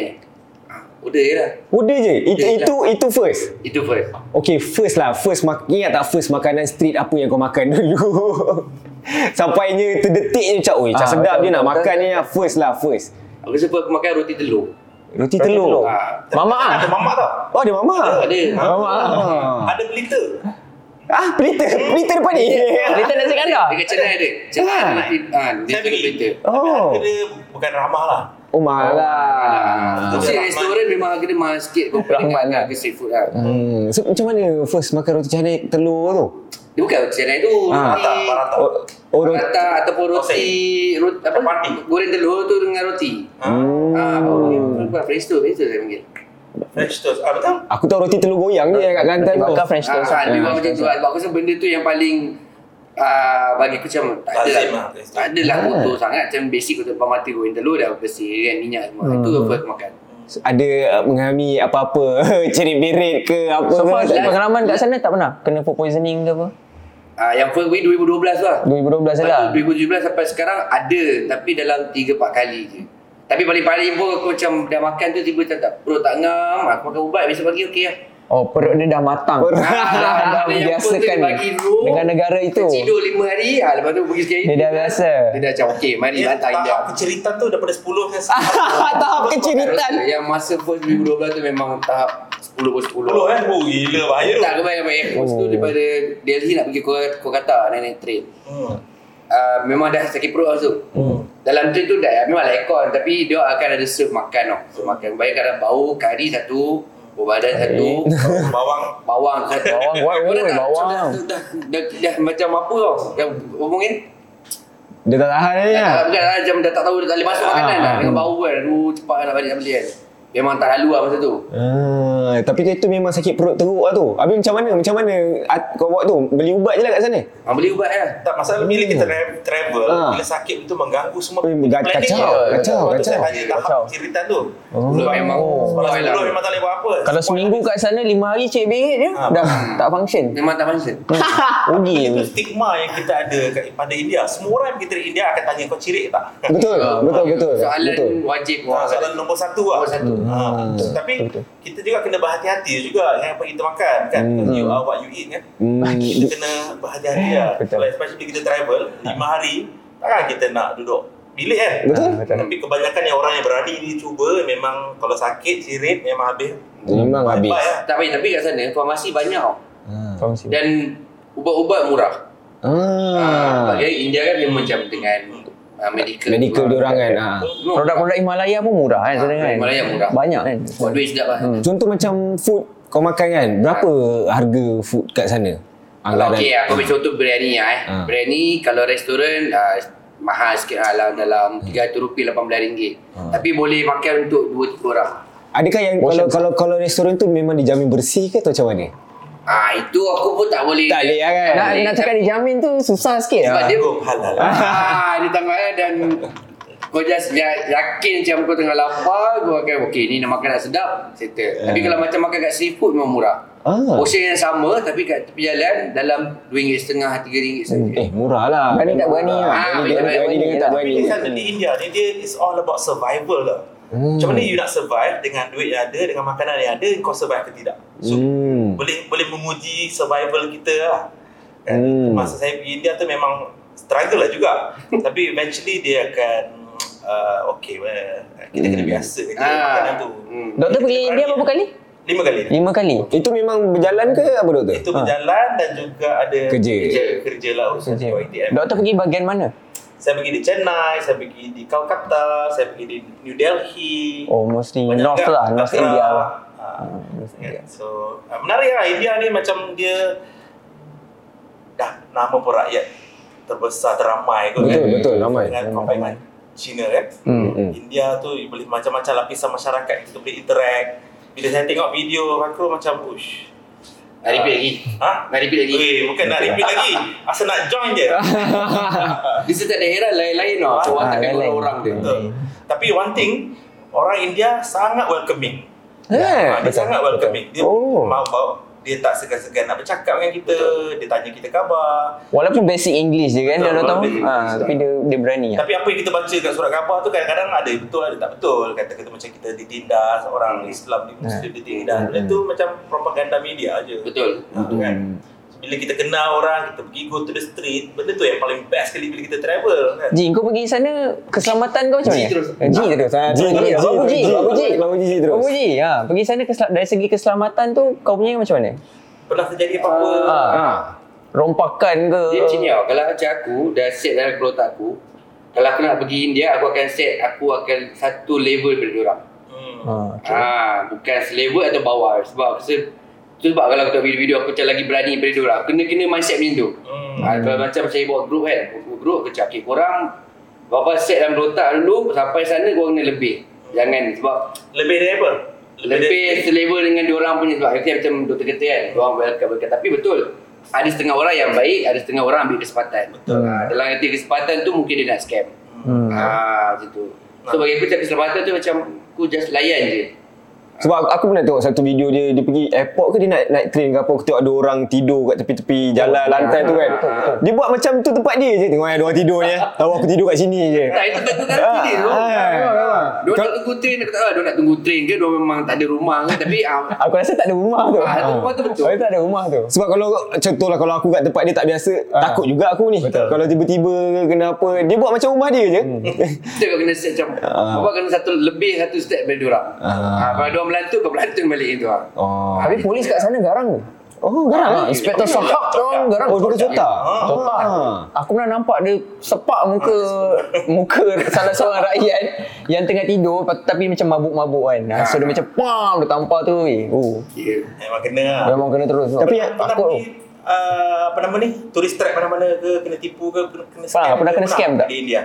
Speaker 4: Ah, Order je lah.
Speaker 1: Udah je.
Speaker 5: Ya,
Speaker 1: Itu
Speaker 4: Okey,
Speaker 1: itu itu first.
Speaker 4: Itu first.
Speaker 1: Okay, first lah. First mak ingat tak first makanan street apa yang kau makan dulu? Sampainya terdetik je macam, oi, macam
Speaker 5: Ah,
Speaker 1: sedap
Speaker 5: betul,
Speaker 1: dia nak
Speaker 5: betul.
Speaker 1: makan ni lah. First lah, first.
Speaker 4: Aku rasa aku makan roti telur.
Speaker 1: Roti,
Speaker 5: Roti
Speaker 1: telur.
Speaker 5: telur.
Speaker 4: Ha.
Speaker 1: Mamak ah.
Speaker 3: Ada mamak tau
Speaker 1: Oh, ada mamak.
Speaker 4: Ada.
Speaker 1: Mamak. ah.
Speaker 3: Ada pelita
Speaker 1: Ah, pelita. Pelita depan ni.
Speaker 5: Dia tak nak cakap dah.
Speaker 4: Dekat Chennai ada. Chennai
Speaker 1: Ah.
Speaker 4: ada. Ha, dia
Speaker 3: Saya
Speaker 4: tengok berita.
Speaker 3: pergi Tapi
Speaker 1: Oh.
Speaker 3: harga dia bukan ramah lah
Speaker 1: Oh, malah.
Speaker 4: Ah.
Speaker 3: Rahman.
Speaker 4: restoran memang harga dia mahal sikit Rahman
Speaker 5: Rahman lah.
Speaker 4: dengan harga seafood lah.
Speaker 1: Hmm. So, macam mana first makan roti canai telur tu?
Speaker 4: Dia bukan roti Chennai tu.
Speaker 1: Ah.
Speaker 4: Roti
Speaker 3: Paratah Paratah
Speaker 1: Oh, oh roti.
Speaker 4: Prata ataupun roti, roti apa?
Speaker 3: Chapati.
Speaker 4: Goreng telur tu dengan roti.
Speaker 1: Hmm.
Speaker 4: Ah, apa? French toast, French toast saya panggil.
Speaker 3: French toast Ah, Betul?
Speaker 1: Aku tahu roti telur goyang ni yang kat Kelantan tu.
Speaker 5: Bakar French toast.
Speaker 4: Ah, dia buat macam tu lah. Sebab aku rasa benda tu yang paling ah, bagi aku macam tak ada
Speaker 3: Lazim
Speaker 4: lah.
Speaker 3: lah, French toast.
Speaker 2: Hmm,
Speaker 4: Tak ada lah kotor sangat. Macam basic kotor depan mata goreng telur dah bersih kan minyak semua. Itu apa aku makan.
Speaker 1: ada uh, mengalami apa-apa cerit berit ke apa
Speaker 2: So far
Speaker 4: eh,
Speaker 1: ke.
Speaker 2: pengalaman kat sana tak pernah kena food poisoning ke apa?
Speaker 4: Ah, yang first week 2012 tu
Speaker 2: 2012
Speaker 4: lah.
Speaker 2: je lah.
Speaker 4: Lepas tu 2017 sampai sekarang ada tapi dalam 3-4 kali je. Tapi paling-paling pun aku macam dah makan tu tiba tak, tak perut tak ngam, aku makan ubat besok pagi okey lah.
Speaker 2: Oh perut dia dah matang.
Speaker 1: Perut-
Speaker 2: dah
Speaker 4: ada yang pun tu
Speaker 2: biasakan
Speaker 4: dia bagi dulu.
Speaker 2: dengan negara itu.
Speaker 4: Tertidur 5 hari, ah, lepas tu pergi sekali.
Speaker 2: Dia dah biasa.
Speaker 4: Dia dah macam okey, mari lah,
Speaker 3: Dia
Speaker 4: bantai dia.
Speaker 3: tahap keceritan tu daripada 10 ke 10
Speaker 1: tahap keceritan
Speaker 4: Yang masa first 2012 tu memang tahap 10 per 10.
Speaker 3: eh. Oh gila bahaya tu.
Speaker 4: Tak kebayang bayang. Lepas tu daripada Delhi nak pergi Kuala- Kolkata naik naik train.
Speaker 3: Hmm.
Speaker 4: Uh, memang dah sakit perut lah tu. Hmm. Dalam train tu dah memang lah aircon tapi dia akan ada serve makan tau. Serve makan. Baik kadang bau kari satu, bau badan satu,
Speaker 3: Bawang
Speaker 4: bawang satu.
Speaker 2: Bawang, buat
Speaker 4: Kau dah
Speaker 2: oi,
Speaker 4: tak-
Speaker 2: bawang.
Speaker 4: Dah, dah, dah, dah, dah, macam apa tau. Yang omongin.
Speaker 1: dia tak tahan ni
Speaker 4: Yeah.
Speaker 1: lah
Speaker 4: Bukan lah, macam dah tak tahu dah tak boleh masuk makanan
Speaker 1: Ah,
Speaker 4: lah.
Speaker 1: ah.
Speaker 4: Dengan bau kan. Aduh cepat nak balik nak beli kan. Memang tak lalu lah masa tu.
Speaker 1: Ah, tapi itu memang sakit perut teruk lah tu. Habis macam mana? Macam mana at, kau buat tu? Beli ubat je lah kat sana?
Speaker 4: Ha, beli ubat lah.
Speaker 3: tak masalah bila kita tra- travel,
Speaker 1: Hmm. Ah.
Speaker 3: bila sakit itu mengganggu semua
Speaker 1: Eh, ga- kacau, kacau,
Speaker 3: Sebab tu saya
Speaker 1: kacau.
Speaker 3: tanya tahap
Speaker 2: Kacau.
Speaker 3: keceritan tu.
Speaker 1: Oh.
Speaker 4: So, memang
Speaker 3: Kalau
Speaker 4: spoil lah.
Speaker 3: 10 memang tak boleh buat apa.
Speaker 2: Kalau seminggu kat sana 5 hari cik berit dia
Speaker 3: Ah.
Speaker 2: dah tak function.
Speaker 4: Memang tak function. Ah.
Speaker 2: Rugi.
Speaker 3: itu stigma yang kita ada kat, pada India. Semua orang yang pergi dari India akan tanya kau cirit tak?
Speaker 1: Betul, betul, betul.
Speaker 4: Ah, Soalan
Speaker 1: betul.
Speaker 4: wajib
Speaker 3: Ah,
Speaker 4: orang kata.
Speaker 3: soalan nombor satu lah.
Speaker 4: Nombor satu.
Speaker 3: Ha,
Speaker 1: Hmm.
Speaker 3: betul. Tapi kita juga kena berhati-hati juga dengan apa kita makan kan. Because You are what you eat kan.
Speaker 1: Hmm,
Speaker 3: Kita kena berhati-hati
Speaker 1: Eh,
Speaker 3: lah. Kalau especially kita travel, lima hari, takkan kita nak duduk bilik kan.
Speaker 1: Ah. Betul.
Speaker 2: Ah, betul.
Speaker 3: Tapi kebanyakan yang orang yang berani ni cuba memang kalau sakit sirit memang habis.
Speaker 1: memang habis. Ah.
Speaker 3: Bye-bye lah.
Speaker 4: Tak baik, tapi kat sana farmasi banyak tau.
Speaker 2: Faham sih.
Speaker 4: Dan ubat-ubat murah. Ah,
Speaker 1: Ah,
Speaker 4: Bagi India kan dia macam dengan ah, medical.
Speaker 1: medical diorang kan. Ah.
Speaker 2: Produk-produk Himalaya pun murah kan sana kan.
Speaker 4: Himalaya murah.
Speaker 2: Banyak kan.
Speaker 4: Buat duit sedap lah. Hmm.
Speaker 1: Contoh macam food kau makan kan, berapa harga food kat sana? Anggaran.
Speaker 4: Okey, aku ambil contoh biryani lah eh.
Speaker 1: Ah.
Speaker 4: Biryani kalau restoran ah, mahal sikit lah dalam, dalam
Speaker 1: Hmm.
Speaker 4: RM3.18.
Speaker 1: Ah.
Speaker 4: Tapi boleh makan untuk 2-3 orang.
Speaker 1: Adakah yang kalau, kalau kalau restoran tu memang dijamin bersih ke atau macam mana?
Speaker 4: Ah itu aku pun tak boleh.
Speaker 1: Tak boleh lah kan. ya.
Speaker 2: Nak nak cakap dijamin tu susah sikit.
Speaker 4: sebab
Speaker 2: lah.
Speaker 4: dia
Speaker 3: Hukum halal.
Speaker 4: ah, dia tambah eh, dan kau just ya- yakin macam kau tengah lapar kau akan okey ni nak makan nak sedap settle tapi kalau macam makan kat seafood memang murah
Speaker 1: Ah.
Speaker 4: portion yang sama tapi kat tepi jalan dalam RM2.5 RM3 saja
Speaker 1: Eh, murah lah.
Speaker 2: Berani tak berani lah.
Speaker 4: Ah,
Speaker 1: Berani,
Speaker 4: tak
Speaker 1: berani dengan tak
Speaker 3: Tapi
Speaker 1: berani.
Speaker 3: dia kata di India ni dia is all about survival lah. Macam
Speaker 1: Hmm.
Speaker 3: mana you nak survive dengan duit yang ada, dengan makanan yang ada, kau survive ke tidak? So,
Speaker 1: Hmm.
Speaker 3: boleh boleh menguji survival kita lah. Kan?
Speaker 1: Hmm.
Speaker 3: Masa saya pergi India tu memang struggle lah juga. Tapi eventually dia akan uh, okay, well, kita
Speaker 1: Hmm.
Speaker 3: kena biasa je
Speaker 4: Ah.
Speaker 3: makanan tu.
Speaker 4: Hmm.
Speaker 2: Doktor pergi India berapa kali?
Speaker 3: Lima kali.
Speaker 1: Ya.
Speaker 2: Lima kali.
Speaker 1: Itu memang berjalan ke apa doktor?
Speaker 3: Itu berjalan dan juga ada
Speaker 1: Ah. Kerja.
Speaker 3: kerja, kerja lah urusan
Speaker 2: Kerja.
Speaker 3: UiTM.
Speaker 2: Doktor pergi bahagian mana?
Speaker 3: Saya pergi di Chennai, saya pergi di Kolkata, saya pergi di New Delhi.
Speaker 2: Oh mostly
Speaker 3: Banyak
Speaker 2: North
Speaker 3: juga.
Speaker 2: lah, North
Speaker 3: Agra.
Speaker 2: India.
Speaker 3: Ha.
Speaker 1: Ah,
Speaker 3: So, ah, menarik lah India ni macam dia dah nama pun rakyat terbesar teramai kot
Speaker 1: Betul,
Speaker 3: kan.
Speaker 1: betul, ramai.
Speaker 3: Dengan compare dengan China kan.
Speaker 1: hmm.
Speaker 3: India tu you boleh macam-macam lapisan masyarakat kita boleh interact. Bila saya tengok video aku macam ush.
Speaker 4: nak repeat lagi
Speaker 3: Ha?
Speaker 4: nak repeat lagi
Speaker 3: Weh, bukan nak repeat lagi. Asal nak join je.
Speaker 4: di setiap daerah lain-lain tau so orang
Speaker 2: Ah,
Speaker 4: takkan
Speaker 2: lain-lain.
Speaker 4: orang dia
Speaker 3: Betul. Tapi one thing, orang India sangat welcoming.
Speaker 1: Eh,
Speaker 3: Ha, dia
Speaker 1: betul,
Speaker 3: sangat welcoming. Dia
Speaker 1: Oh.
Speaker 3: mau bau dia tak segan-segan nak bercakap dengan kita, dia tanya kita khabar.
Speaker 2: Walaupun basic English je kan dia
Speaker 3: Betul,
Speaker 2: doktor.
Speaker 3: walaupun
Speaker 2: Ha,
Speaker 3: basic English
Speaker 2: tapi dia dia berani lah.
Speaker 3: Tapi apa yang kita baca kat surat khabar tu kadang-kadang ada yang betul ada tak betul. Kata-kata macam kita ditindas,
Speaker 1: Hmm.
Speaker 3: orang Islam di Muslim
Speaker 1: Ya.
Speaker 3: ditindas. Benda tu macam propaganda media je.
Speaker 4: betul
Speaker 3: Ha, kan? So, bila kita kenal orang, kita pergi go to the street, benda tu yang paling best kali bila kita travel kan.
Speaker 2: Ji, kau pergi sana keselamatan kau macam
Speaker 4: Ji
Speaker 2: mana?
Speaker 4: terus.
Speaker 2: Eh, Ji terus. Ha,
Speaker 1: Ji,
Speaker 2: Ji
Speaker 1: terus,
Speaker 2: terus.
Speaker 1: Ji,
Speaker 2: Babu Ji,
Speaker 1: terus, Ji.
Speaker 2: Babu Ji.
Speaker 1: Babu Ji terus.
Speaker 2: Babu Ji. Ha, pergi sana kesel- dari segi keselamatan tu kau punya macam mana?
Speaker 3: Pernah terjadi apa-apa.
Speaker 2: Ha.
Speaker 1: Ah.
Speaker 2: Rompakan ke?
Speaker 4: Dia macam ni tau, kalau macam aku dah set dalam kelotak aku Kalau aku nak pergi India, aku akan set, aku akan satu level daripada diorang
Speaker 3: Hmm.
Speaker 2: Ha.
Speaker 4: Ah, bukan selevel atau bawah sebab se- sebab kalau aku tengok video-video aku macam lagi berani daripada diorang Kena kena mindset macam tu
Speaker 3: Hmm.
Speaker 4: ah, Kalau macam saya buat group kan, buat group aku cakap okay, korang Berapa set dalam kelotak dulu, sampai sana korang kena lebih Jangan sebab
Speaker 3: Lebih dari apa?
Speaker 4: lebih selevel dengan diorang punya sebab kita macam doktor kata kan diorang welcome welcome tapi betul ada setengah orang yang baik ada setengah orang ambil kesempatan betul dalam arti kesempatan tu mungkin dia nak scam
Speaker 2: Hmm.
Speaker 4: ah macam tu So bagi aku cakap keselamatan tu macam aku just layan je.
Speaker 1: Sebab aku, aku pernah tengok satu video dia dia pergi airport ke dia naik naik train ke apa aku tengok ada orang tidur kat tepi-tepi jalan lantai tu kan. Dia buat macam tu tempat dia je tengok eh, ada orang tidur ni eh. Tahu aku tidur kat sini je.
Speaker 4: Tak itu betul kan
Speaker 1: Ah,
Speaker 4: sini tu.
Speaker 1: ah, memang.
Speaker 4: Dia nak tunggu train aku tak tahu dia nak tunggu train ke dia memang tak ada rumah ke tapi ah,
Speaker 1: Aku rasa tak ada rumah tu.
Speaker 4: Ah, tu rumah tu
Speaker 2: Oh,
Speaker 4: betul.
Speaker 1: Aku tak ada rumah tu. Sebab kalau contohlah kalau aku kat tempat dia tak biasa, takut juga aku ni.
Speaker 5: Betul.
Speaker 1: Kalau tiba-tiba kena apa, dia buat macam rumah dia je.
Speaker 4: Kita kau kena set macam
Speaker 1: Ah.
Speaker 4: Kau kena satu lebih satu step daripada diorang
Speaker 1: Ah.
Speaker 4: ah. Kalau diorang melantun kau melantun balik itu ah.
Speaker 1: Oh.
Speaker 5: Habis polis kat sana garang ke?
Speaker 1: Oh, garang.
Speaker 5: Ah, Inspektor Sahak tu orang garang.
Speaker 1: Oh, dia kata.
Speaker 5: Topak.
Speaker 1: Ah.
Speaker 5: Aku pernah nampak dia sepak muka muka salah seorang rakyat yang tengah tidur pa- tapi macam mabuk-mabuk kan. Ah, So dia macam pam dia tampar tu. Eh. Oh,
Speaker 4: yeah.
Speaker 3: Memang kena lah.
Speaker 5: memang kena terus.
Speaker 1: Tapi yang-
Speaker 3: Pernah
Speaker 5: aku
Speaker 3: pergi, ah, apa nama ni? Turis trap mana-mana ke kena tipu ke kena, kena scam.
Speaker 5: Ah, Pernah- pernah
Speaker 3: ke?
Speaker 5: kena scam tak?
Speaker 3: Di India.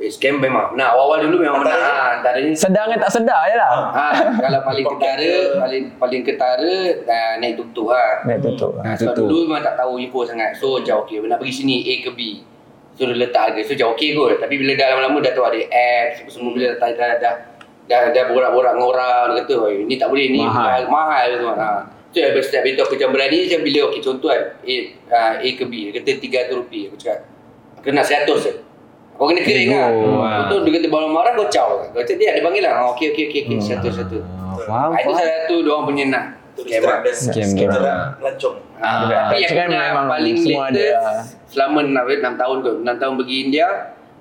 Speaker 4: Eh, Scam memang Nah awal-awal dulu memang
Speaker 3: Antara-
Speaker 4: menang ah, Antaranya
Speaker 5: sedar dengan tak sedar je lah.
Speaker 4: ah, Kalau paling ketara Paling paling ketara ah, Naik tuk-tuk ah.
Speaker 5: Naik tutup.
Speaker 4: Ah, Sebab dulu memang tak tahu info sangat So macam okay Nak pergi sini A ke B So dia letak harga So macam okay kot Tapi bila dah lama-lama Dah tahu ada apps apa Semua bila dah dah dah, dah, dah, dah borak-borak dengan orang Dia kata "Oi, Ni tak boleh ni Mahal Mahal tu ha. So dari setiap itu aku macam berani Macam bila okay contoh kan A, ah, A ke B Dia kata 300 rupiah Aku cakap Aku nak 100 je Kau kena kering lah Lepas tu dia kata bawa marah kau caw Kau cakap dia ada panggil lah oh, Okay okay okay, okay. Satu satu
Speaker 1: Faham.
Speaker 4: Ah, Itu salah satu Diorang punya nak
Speaker 3: Turis
Speaker 4: Scam
Speaker 3: trap
Speaker 4: ah.
Speaker 3: dan
Speaker 1: Scam
Speaker 3: scam
Speaker 1: dorang.
Speaker 3: dorang melancong.
Speaker 4: Ah,
Speaker 5: Juga.
Speaker 4: tapi yang
Speaker 5: Cakap
Speaker 4: kena
Speaker 5: memang
Speaker 4: paling
Speaker 5: semua
Speaker 4: latest
Speaker 5: ada, ah.
Speaker 4: selama 6, 6 tahun kot. 6 tahun pergi India,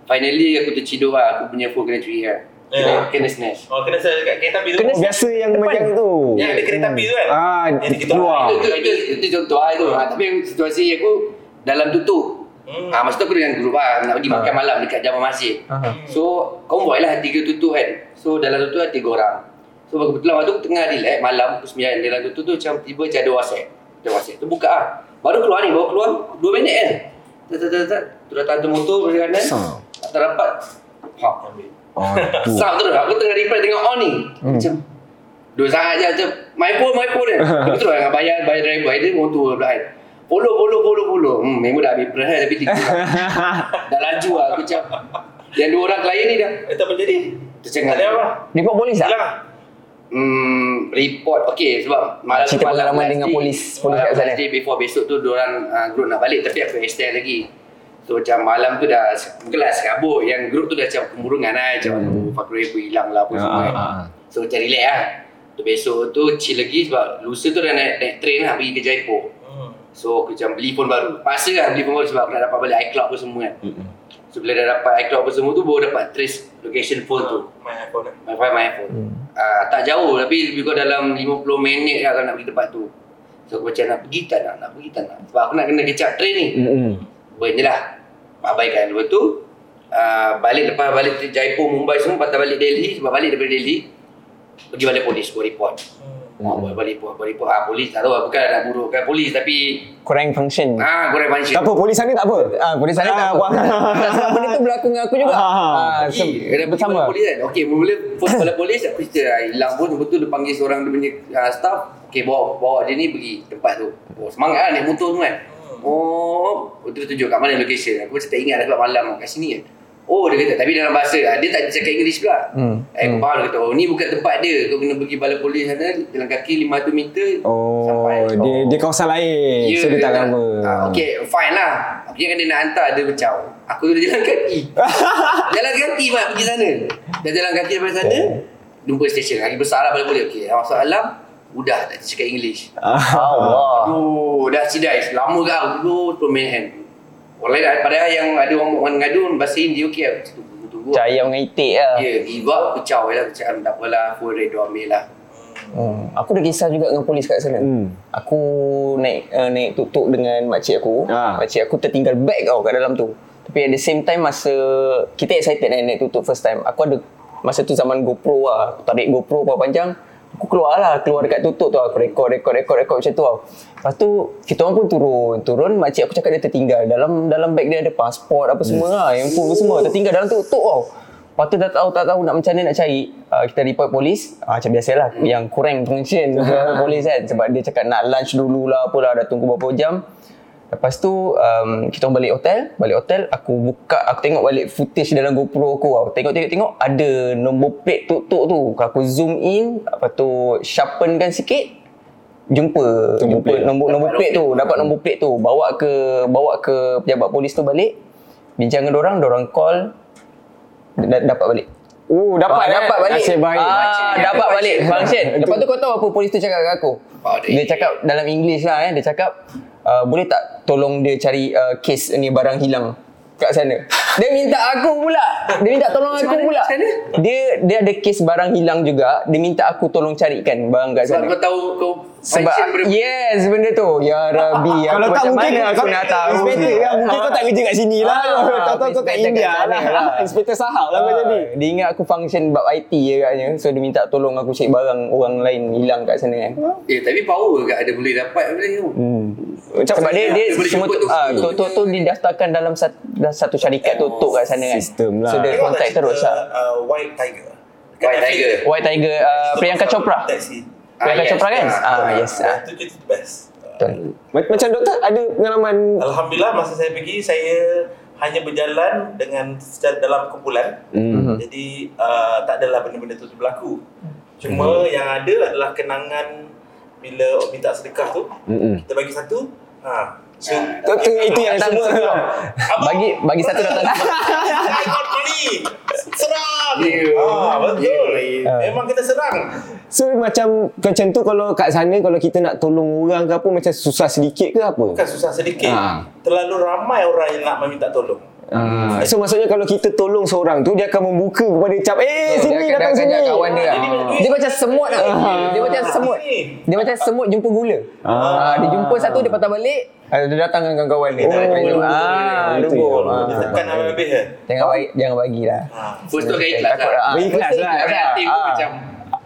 Speaker 4: finally aku tercidur lah. Aku punya phone kena curi lah. Kena,
Speaker 3: Ya.
Speaker 4: kena snatch.
Speaker 3: Oh, kena saya kat kereta api tu.
Speaker 1: Kena biasa yang macam tu.
Speaker 3: Yang ada kereta api tu kan?
Speaker 1: Ah,
Speaker 3: Yang kita-
Speaker 1: keluar.
Speaker 4: Itu, itu, itu, itu contoh lah itu. Ha, tapi situasi aku dalam tutup.
Speaker 3: Hmm.
Speaker 4: Ha, masa tu aku dengan grup lah. Nak pergi
Speaker 5: Ah.
Speaker 4: makan malam dekat Jamal Masjid. So, konvoi lah tiga tutup kan. So, dalam tutup ada tiga orang. So, kebetulan waktu aku tengah relax malam pukul 9 dalam tutup tu macam tiba macam ada WhatsApp. Ada WhatsApp tu buka ah. Baru keluar ni, baru keluar 2 minit kan. Tak tak tak tak. Tu datang tu motor balik kanan.
Speaker 1: Sound.
Speaker 4: Tak dapat. Ha.
Speaker 3: Ambil.
Speaker 1: Oh, tu.
Speaker 4: Sound terus. Aku tengah reply tengok on ni. Macam Dua sangat je macam My phone, my phone kan Aku terus nak bayar Bayar driver Dia motor pula kan Follow, follow, follow, follow Hmm, memang dah habis perhal Tapi tiga Dah laju lah aku macam Yang dua orang klien ni dah
Speaker 3: Eh, tak boleh jadi.
Speaker 4: Tercengang.
Speaker 3: Tak ada apa.
Speaker 5: Report polis tak?
Speaker 3: Hilang.
Speaker 4: Hmm, report okey sebab malam
Speaker 5: Cerita
Speaker 4: malam
Speaker 5: pengalaman
Speaker 4: last
Speaker 5: dengan
Speaker 4: day-
Speaker 5: polis- polis kat
Speaker 4: malam
Speaker 5: sana.
Speaker 4: last day before besok tu diorang uh, group nak balik tapi aku extend lagi. So macam malam tu dah se- kelas kabut yang group tu dah macam kemurungan lah macam hmm. Fakrul pun hilang
Speaker 5: Ya,
Speaker 4: lah
Speaker 1: Ah,
Speaker 4: apa semua
Speaker 5: ah,
Speaker 4: kan. So macam relax lah. Tu besok tu chill lagi sebab lusa tu dah naik, naik train lah pergi ke Jaipur.
Speaker 3: Hmm.
Speaker 4: So aku macam beli phone baru. Paksa lah beli phone baru sebab aku nak dapat balik iCloud apa semua kan. So bila dah dapat iCloud apa semua tu baru dapat trace location phone tu.
Speaker 3: Main iPhone lah.
Speaker 4: Wi-Fi my iPhone. Hmm. Uh, tak jauh tapi lebih kurang dalam 50 minit lah kalau nak pergi tempat tu. So aku macam nak pergi tak nak, nak pergi tak nak. Sebab aku nak kena kecap train ni.
Speaker 1: Mm-mm.
Speaker 4: Burn je lah. Abaikan. Lepas tu, uh, balik lepas balik dari Jaipur, Mumbai semua, patah balik Delhi. Sebab balik daripada Delhi, pergi balik polis, buat report. Hmm. Oh, buat balik report, buat report. Ah, polis tak tahu lah. Bukan nak burukkan polis tapi...
Speaker 5: Kurang function.
Speaker 4: Ah, korang function.
Speaker 1: Tak apa, polis sana tak apa.
Speaker 5: Ah, polis sana tak
Speaker 1: Ah,
Speaker 5: apa.
Speaker 1: buat-
Speaker 5: Sebab benda tu berlaku dengan aku
Speaker 1: Ah.
Speaker 5: juga. Ah,
Speaker 4: Pergi, kena
Speaker 5: se-
Speaker 4: pergi
Speaker 5: bersama.
Speaker 4: balik polis kan. Okey, mula first balik polis aku cerita lah, hilang pun lepas tu dia panggil seorang dia punya uh, staff, okey bawa bawa dia ni pergi tempat tu. Oh, semangat lah naik motor tu kan. Oh, lepas tu dia tunjuk kat mana location. Aku macam tak ingat dah sebab malam kat sini kan. Oh, dia kata tapi dalam bahasa ah, dia tak cakap English pula.
Speaker 5: Hmm,
Speaker 4: Eh, aku faham dia kata, oh ni bukan tempat dia. Kau kena pergi balai polis sana, jalan kaki 500 meter
Speaker 1: Oh,
Speaker 4: sampai.
Speaker 1: dia dia kawasan lain.
Speaker 4: Ya,
Speaker 1: so dia tak
Speaker 4: kan?
Speaker 1: Eh, lama.
Speaker 4: Ah, okay, fine lah. Aku kan dia nak hantar dia macam aku dah jalan kaki. jalan kaki mak pergi sana. Dah jalan kaki daripada sana, jumpa stesen lagi besar lah boleh boleh. Okey, masuk alam, udah tak cakap English.
Speaker 1: Ah.
Speaker 5: Allah.
Speaker 4: Aduh, dah sidai. Lama ke aku Oh, tu main hand. Orang lain padahal lah, yang ada orang orang ngadu bahasa Hindi okey aku cakap, tunggu tunggu.
Speaker 5: Macam ayam dengan itik lah.
Speaker 4: Ya, give up pecah lah macam tak apalah, full redo ambil lah.
Speaker 5: Hmm. Aku ada kisah juga dengan polis kat sana.
Speaker 1: Hmm.
Speaker 5: Aku naik uh, naik tuk-tuk dengan makcik aku.
Speaker 1: Ah.
Speaker 5: Makcik aku tertinggal beg tau kat dalam tu. Tapi at the same time masa kita excited naik naik tuk-tuk first time. Aku ada masa tu zaman GoPro lah. Aku tarik GoPro panjang. Aku keluar lah, keluar dekat tutup tu aku rekod, rekod, rekod, rekod macam tu tau. Lepas tu, kita orang pun turun. Turun, makcik aku cakap dia tertinggal. Dalam dalam beg dia ada pasport apa semua lah, handphone apa semua. Tertinggal dalam tutup tau. Lepas tu dah tahu tak tahu nak macam mana nak cari uh, Kita report polis uh, Macam biasalah Yang kurang function Polis kan Sebab dia cakap nak lunch dulu lah Apalah dah tunggu berapa jam Lepas tu um, kita orang balik hotel, balik hotel aku buka aku tengok balik footage dalam GoPro aku. Aku tengok tengok tengok ada nombor plate tuk-tuk tu. Aku zoom in, lepas tu sharpenkan sikit jumpa
Speaker 1: Nombor
Speaker 5: jumpa
Speaker 1: plate.
Speaker 5: nombor nombor plate tu, dapat nombor plate tu. Bawa ke bawa ke pejabat polis tu balik. Bincang dengan orang, orang call da- dapat balik.
Speaker 1: Oh, dapat
Speaker 5: Ah,
Speaker 1: eh.
Speaker 5: dapat balik.
Speaker 1: Nasib baik.
Speaker 5: Ah, dapat balik. Bang Shen. Lepas tu kau tahu apa polis tu cakap kat aku?
Speaker 4: Balik.
Speaker 5: Dia cakap dalam English lah eh. Dia cakap uh, boleh tak tolong dia cari uh, kes ni barang hilang kat sana. Dia minta aku pula. Dia minta tolong aku pula. Dia dia ada kes barang hilang juga. Dia minta aku tolong carikan barang kat sana.
Speaker 4: Sebab kau tahu kau
Speaker 5: Sebab
Speaker 4: sanction benda-
Speaker 5: yes benda tu. Ya Rabbi.
Speaker 1: Kalau
Speaker 5: aku
Speaker 1: tak
Speaker 5: macam
Speaker 1: mungkin
Speaker 5: mana
Speaker 1: kau
Speaker 5: aku nak tahu.
Speaker 1: Inspektor kan Mungkin kau tak kerja kat sini lah
Speaker 5: Ah,
Speaker 1: Tahu-tahu kau kat
Speaker 5: inspector
Speaker 1: India
Speaker 5: kat sana
Speaker 1: lah
Speaker 5: lah.
Speaker 1: Inspektor sahab lah kau
Speaker 5: Ah,
Speaker 1: jadi
Speaker 5: Dia ingat aku function bab IT je katnya. So dia minta tolong aku cek barang orang lain hilang kat sana kan.
Speaker 4: Eh tapi power kat ada boleh dapat boleh tu.
Speaker 5: Macam sebab dia dia
Speaker 4: Dia boleh
Speaker 5: semua tu,
Speaker 4: jemput tu.
Speaker 5: ah, tu, tu, tu didaftarkan dalam satu, satu syarikat tu tu kat sana kan.
Speaker 1: Sistem lah.
Speaker 5: So dia
Speaker 3: Tengok tak
Speaker 5: contact
Speaker 3: cerita,
Speaker 5: terus lah.
Speaker 3: uh, White Tiger. Dekat
Speaker 4: White
Speaker 3: Netflix.
Speaker 4: Tiger.
Speaker 5: White Tiger uh, Priyanka Chopra.
Speaker 3: Taxi.
Speaker 5: Priyanka
Speaker 4: Ah, yes.
Speaker 5: Chopra kan?
Speaker 4: Ah,
Speaker 5: Ah yes.
Speaker 3: Ah,
Speaker 5: Ah,
Speaker 3: Itu cerita the best.
Speaker 5: betul.
Speaker 1: Ma- Macam doktor ada pengalaman
Speaker 3: Alhamdulillah masa saya pergi saya hanya berjalan dengan secara dalam kumpulan.
Speaker 1: Hmm.
Speaker 3: Jadi uh, tak adalah benda-benda tu berlaku. Cuma yang ada adalah kenangan bila orang minta sedekah tu
Speaker 1: Mm-mm.
Speaker 3: kita bagi satu. Ha. So,
Speaker 1: Doktor itu yang semua
Speaker 5: Bagi bagi satu datang.
Speaker 3: I got money. Serang.
Speaker 4: Yeah.
Speaker 3: Ah, betul. Memang kita serang.
Speaker 1: So macam macam tu kalau kat sana Kalau kita nak tolong orang ke apa Macam susah sedikit ke apa
Speaker 3: Bukan susah sedikit.
Speaker 1: Ah.
Speaker 3: Terlalu ramai orang yang nak meminta tolong.
Speaker 1: Ah, So maksudnya kalau kita tolong seorang tu Dia akan membuka kepada cap Eh
Speaker 5: Oh, Dia
Speaker 1: sini datang
Speaker 5: akan- dia akan
Speaker 1: sini
Speaker 5: ajak kawan dia.
Speaker 3: Jadi,
Speaker 5: lah.
Speaker 3: duit-
Speaker 5: Dia macam semut lah. Dia macam semut.
Speaker 3: Ah, Ni.
Speaker 5: Dia macam semut jumpa gula. Ah, dia jumpa satu dia patah balik. ah, Dia datang dengan kawan-kawan dia.
Speaker 1: Oh.
Speaker 5: Ah,
Speaker 1: Itu
Speaker 5: lugu.
Speaker 1: ya.
Speaker 5: Ah.
Speaker 3: Dia tekan habis-habis je.
Speaker 5: Jangan bagi, jangan bagilah.
Speaker 3: Ha.
Speaker 4: First tu akan ikhlas
Speaker 5: Takut
Speaker 4: lah.
Speaker 5: lah.
Speaker 1: Bagi kelas lah
Speaker 4: Tapi hati aku macam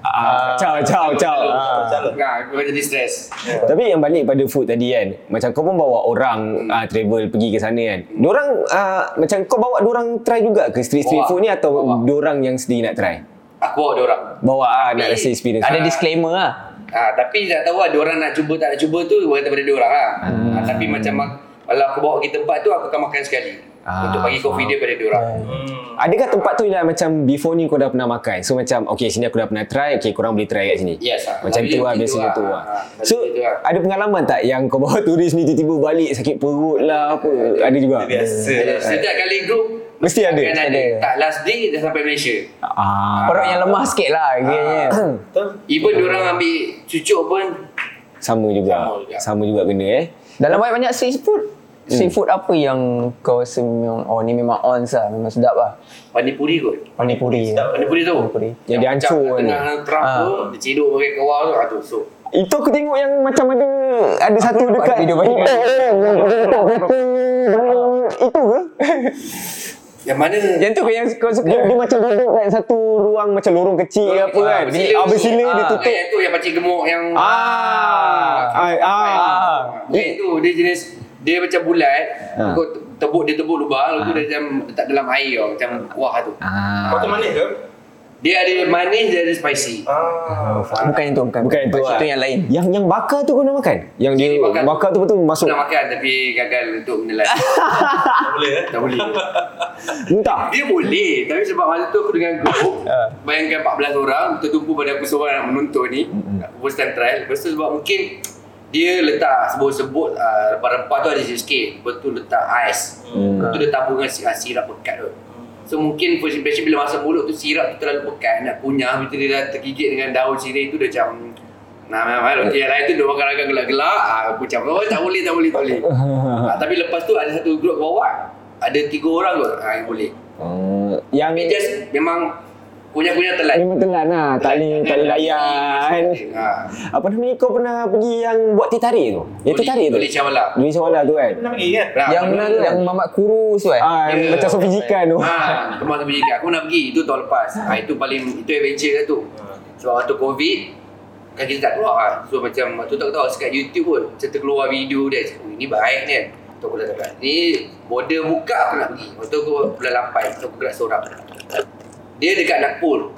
Speaker 1: Ah, Ciao ciao ciao
Speaker 3: Ah. Jalan.
Speaker 4: ah, aku jadi stres.
Speaker 1: Tapi yang balik pada food tadi kan Macam kau pun bawa orang ah, travel pergi ke sana kan Diorang ah, Macam kau bawa diorang try juga ke street-street
Speaker 4: Bawa.
Speaker 1: food ni Atau
Speaker 4: Bawa.
Speaker 1: diorang yang sendiri nak try
Speaker 4: Aku bawa dia orang.
Speaker 1: Bawa ah, nak rasa experience
Speaker 5: Ada disclaimer lah.
Speaker 4: Ah, tapi tak tahu lah dia orang nak cuba tak nak cuba tu bukan daripada dia orang lah. Ah, tapi macam mak- kalau aku bawa pergi tempat tu aku akan makan sekali.
Speaker 1: Ah,
Speaker 4: untuk bagi kopi dia pada dia orang.
Speaker 3: Hmm.
Speaker 1: Adakah tempat tu yang macam before ni kau dah pernah makan So macam okay sini aku dah pernah try Okay korang boleh try kat sini
Speaker 4: Yes, ah.
Speaker 1: Macam
Speaker 4: Lebih
Speaker 1: tu lah
Speaker 4: macam
Speaker 1: biasanya
Speaker 4: tu
Speaker 1: tu
Speaker 4: lah.
Speaker 1: lah
Speaker 4: Ah,
Speaker 1: So
Speaker 4: lebih tu lah.
Speaker 1: ada pengalaman tak yang kau bawa turis ni tiba-tiba balik sakit perut lah apa Ada juga?
Speaker 3: Dia biasa.
Speaker 4: Jadi, Setiap kali group
Speaker 1: Mesti ada?
Speaker 4: akan ada.
Speaker 5: Ada.
Speaker 4: Tak last day dah sampai Malaysia.
Speaker 1: Ah,
Speaker 5: Perut yang lemah sikit lah kiranya.
Speaker 3: Betul.
Speaker 4: Even dia orang ambil cucuk pun
Speaker 1: sama
Speaker 4: Sama
Speaker 1: juga
Speaker 4: juga.
Speaker 1: Sama juga kena eh
Speaker 5: Dalam banyak-banyak street food, street food apa yang kau rasa memang, oh ni memang on lah, memang sedap lah.
Speaker 4: panipuri kot.
Speaker 5: Panipuri.
Speaker 4: Panipuri tu.
Speaker 5: Panipuri.
Speaker 1: Yang dia
Speaker 4: macam
Speaker 1: hancur
Speaker 4: kat
Speaker 1: kan.
Speaker 4: Tengah terang
Speaker 5: Ah.
Speaker 4: tu dia ciduk pakai kawal tu. Ah tu so.
Speaker 1: Itu aku tengok yang macam ada ada eh? satu dekat
Speaker 5: video banyak.
Speaker 1: Itu ke?
Speaker 4: Yang mana?
Speaker 5: Yang tu yang kau
Speaker 1: Dia,
Speaker 5: suka?
Speaker 1: dia macam duduk kat satu ruang macam lorong kecil ke apa kan.
Speaker 4: bersila.
Speaker 1: Ah bersila dia
Speaker 5: Ah,
Speaker 1: tutup.
Speaker 4: Yang tu yang pakcik gemuk yang
Speaker 1: Ah. Ah. ah.
Speaker 4: Bukan tu dia jenis dia macam bulat,
Speaker 1: Ha.
Speaker 4: kau tebuk dia tebuk lubang,
Speaker 1: Ah.
Speaker 4: lepas tu dia macam letak dalam air tau, macam kuah tu.
Speaker 3: Kau tu manis ke?
Speaker 4: Dia ada manis, dia ada spicy.
Speaker 3: Ah.
Speaker 5: Bukan yang tu, bukan.
Speaker 1: Bukan yang tu
Speaker 5: Bukan
Speaker 1: lah.
Speaker 5: yang lain.
Speaker 1: Yang yang bakar tu kau nak makan? Yang dia
Speaker 4: Dia bakar.
Speaker 1: bakar, tu betul
Speaker 4: Aku
Speaker 1: masuk
Speaker 4: nak makan tapi gagal untuk menelan.
Speaker 3: Tak boleh eh?
Speaker 4: tak boleh.
Speaker 1: muntah.
Speaker 4: Dia boleh, tapi sebab masa tu aku dengan group, bayangkan 14 orang, tertumpu pada aku seorang nak menonton ni, aku first time trial. Lepas tu sebab mungkin dia letak sebut-sebut uh, rempah-rempah tu ada sikit-sikit. Lepas tu letak ais. Lepas tu dia tabur dengan si- ah, sirap pekat tu. So mungkin first impression bila masuk mulut tu sirap tu terlalu pekat nak punyah bila dia dah tergigit dengan daun sirih tu dia macam Nah, memang memang. Okey, yang lain tu dia makan agak gelak-gelak. Ah, Aku macam, oh tak boleh, tak boleh, tak boleh. ah, tapi lepas tu ada satu grup bawa, ada tiga orang kot ah, yang boleh.
Speaker 1: Uh, yang
Speaker 4: Tapi just memang kunyah-kunyah telan.
Speaker 1: memang telan lah. Tak boleh tak boleh layan.
Speaker 4: Ha.
Speaker 1: Apa nama ni kau pernah pergi yang buat teh tarik tu? Yang teh tarik tu?
Speaker 4: Boleh cawala.
Speaker 1: Duri sawala tu kan?
Speaker 3: Pernah pergi kan?
Speaker 5: Yang yang mamak kurus tu eh.
Speaker 1: Ah, yang
Speaker 4: Ya.
Speaker 1: macam sofi jikan tu.
Speaker 4: Ha, kemar tu pergi Aku nak pergi, itu tahun lepas. Ha, itu paling, itu adventure lah tu. Sebab waktu COVID, kan kita tak keluar lah. So macam, waktu tu tak tahu, sekat YouTube pun. Macam terkeluar video dia, cakap, "Oh, ni baik ni kan. Tu aku dah cakap, ni border buka aku nak pergi. Waktu tu aku bulan 8, so aku gerak seorang. Dia dekat Nakpul.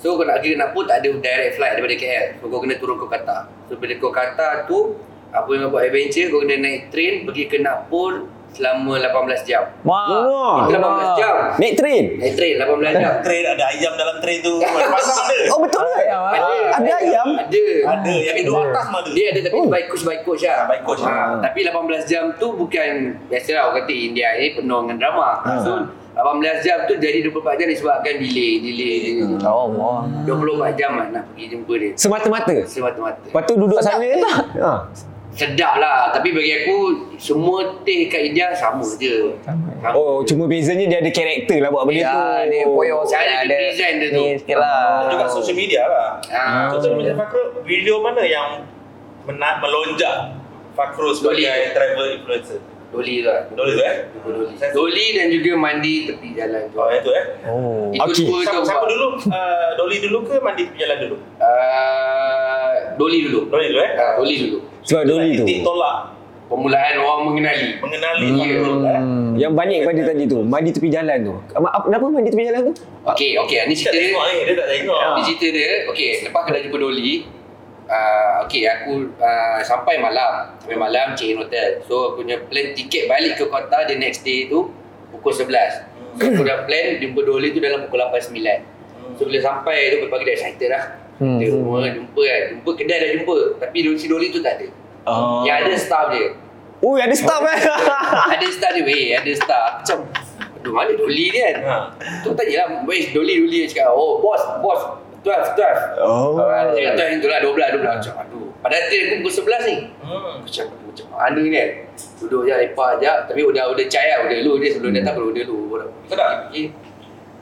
Speaker 4: So kau nak pergi ke Nakpul tak ada direct flight daripada KL. So kau kena turun Kolkata. So bila Kolkata tu, Apa yang buat adventure kau kena naik train pergi ke Nagpur selama 18 jam.
Speaker 5: Ah,
Speaker 1: Wah.
Speaker 4: Itu
Speaker 5: lah.
Speaker 4: 18 jam.
Speaker 1: Naik train.
Speaker 4: Naik train 18 jam.
Speaker 3: Train ada ayam dalam train tu. Ah. Pasang ada.
Speaker 1: Oh betul
Speaker 5: kan?
Speaker 1: ke? Ada ayam.
Speaker 4: Ada.
Speaker 3: Ada. Yang duduk atas pun ada.
Speaker 4: Dia ada tapi by coach by coach lah.
Speaker 3: By coach.
Speaker 4: Ha, tapi 18 jam tu bukan biasalah orang kata India ni penuh dengan drama. So 18 jam tu jadi 24 jam disebabkan delay, delay. delay.
Speaker 5: Oh, wah.
Speaker 4: 24 jam lah nak pergi jumpa dia.
Speaker 1: Semata-mata.
Speaker 4: Semata-mata.
Speaker 1: Lepas tu duduk sana. Ha.
Speaker 4: Sedap lah. Tapi bagi aku, semua teh kat India sama je. Sama.
Speaker 1: Oh, cuma bezanya dia ada karakter lah buat benda
Speaker 5: Ya,
Speaker 1: tu.
Speaker 5: dia poyo
Speaker 4: Cara dia design dia tu.
Speaker 5: Ni sikit lah.
Speaker 3: Ada Juga social media lah.
Speaker 4: Ha.
Speaker 3: Contoh macam Fakrul, video mana yang mena- melonjak Fakrul sebagai
Speaker 4: Dolly.
Speaker 3: travel influencer?
Speaker 4: Doli tu lah.
Speaker 3: Dulu tu eh?
Speaker 4: Doli. Doli dan juga mandi tepi jalan tu.
Speaker 3: Oh, yang tu eh?
Speaker 1: Oh.
Speaker 4: Itu
Speaker 1: Okey.
Speaker 4: dua
Speaker 3: Siapa,
Speaker 4: tu.
Speaker 3: siapa dulu? Uh, Dolly dulu ke mandi tepi jalan dulu?
Speaker 4: Ah, Doli dulu.
Speaker 3: Dolly dulu eh?
Speaker 4: Ha, Doli dulu.
Speaker 1: Sebab Dolly tu.
Speaker 3: Titik tolak
Speaker 4: Permulaan orang mengenali.
Speaker 3: mengenali Fakrul eh?
Speaker 1: hmm. Yang banyak pada tadi tu. Mandi tepi jalan tu. Ama- apa- Kenapa mandi tepi jalan tu?
Speaker 4: Okey, okey. Ni
Speaker 3: Dia tak
Speaker 4: cerita dia.
Speaker 3: tengok ni, dia tak tengok.
Speaker 4: Ni cerita dia. Okey, lepas aku dah jumpa Doli, Uh, okay, aku uh, sampai malam Sampai malam check in hotel So aku punya plan tiket balik ke kota The next day tu Pukul 11 So aku dah plan jumpa Doli tu dalam pukul 8-9 So bila sampai tu pagi dah excited lah hmm. Dia semua jumpa kan Jumpa kedai dah jumpa Tapi si Doli tu tak ada
Speaker 3: Oh.
Speaker 4: Yang ada staff dia
Speaker 1: Oh, ada staff eh.
Speaker 4: ada star dia weh ada star Aku macam aduh mana Dolly ni kan
Speaker 3: Ha.
Speaker 4: tu tanyalah weh Dolly Dolly dia cakap oh bos bos 12 12
Speaker 1: Oh.
Speaker 4: Ah, dia cakap 12 tu lah 12 12 macam aduh padahal dia aku pukul 11 ni
Speaker 3: Hmm.
Speaker 4: Aku macam macam mana ni kan duduk je lepak je tapi udah udah cahaya udah lah, lu dia sebelum datang baru udah lu Orang
Speaker 3: Sedap.
Speaker 4: fikir-fikir.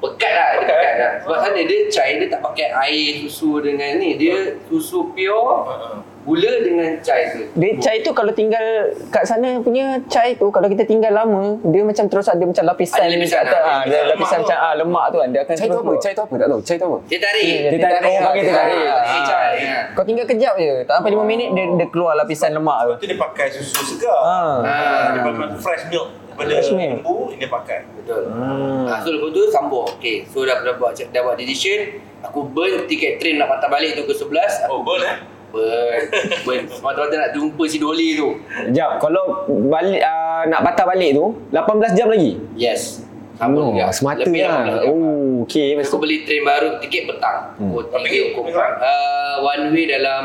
Speaker 4: pekat lah dia
Speaker 3: Pekat,
Speaker 4: pekat
Speaker 3: eh?
Speaker 4: lah sebab sana dia cair dia tak pakai air susu dengan
Speaker 3: Oh.
Speaker 4: ni dia susu pure
Speaker 3: Uh-huh.
Speaker 4: gula dengan cair tu
Speaker 5: Dia chai tu kalau tinggal kat sana punya chai tu kalau kita tinggal lama dia macam terus ada macam lapisan
Speaker 4: Ada lapisan,
Speaker 5: kat atas,
Speaker 4: ah,
Speaker 5: ah, ada
Speaker 3: lemak
Speaker 5: lapisan
Speaker 3: tu.
Speaker 5: macam ah lemak tu kan dia akan
Speaker 1: Cai tu
Speaker 5: terus
Speaker 1: apa?
Speaker 5: keluar.
Speaker 1: Cai tu apa? Tak tahu. Cai tu apa?
Speaker 4: dia tarik
Speaker 1: Dia tarik. Oh, panggil dia
Speaker 5: dia tarik.
Speaker 1: tarik.
Speaker 4: Dia tarik,
Speaker 5: Ah.
Speaker 4: ah.
Speaker 5: Kau tinggal kejap je. Tak sampai
Speaker 4: Oh.
Speaker 5: 5 minit dia dia keluar lapisan lemak tu.
Speaker 3: Lepas tu dia pakai susu segar.
Speaker 5: Ah.
Speaker 3: Ah. Dia pakai fresh milk daripada
Speaker 5: Fresh milk.
Speaker 3: lembu ini dia pakai.
Speaker 4: Betul. Hmm.
Speaker 1: Ah.
Speaker 4: Ha, so lepas tu sambung. Okay, so dah, dah buat dah buat decision, aku burn tiket train nak patah balik tu ke 11.
Speaker 3: Oh,
Speaker 4: Aku
Speaker 3: burn eh?
Speaker 4: burn, burn. Semata-mata nak jumpa si Dolly tu.
Speaker 1: Sekejap, kalau balik uh, nak patah balik tu 18 jam lagi.
Speaker 4: Yes.
Speaker 1: Oh,
Speaker 4: Sambung juga.
Speaker 1: semata
Speaker 4: Lebih
Speaker 1: lah.
Speaker 4: 18 jam.
Speaker 1: Oh, okey.
Speaker 4: Aku
Speaker 1: Masuk.
Speaker 4: beli train baru tiket petang. Hmm. Oh,
Speaker 3: Berapa
Speaker 4: tiket
Speaker 3: ringgit?
Speaker 4: pukul empat. Uh, one way dalam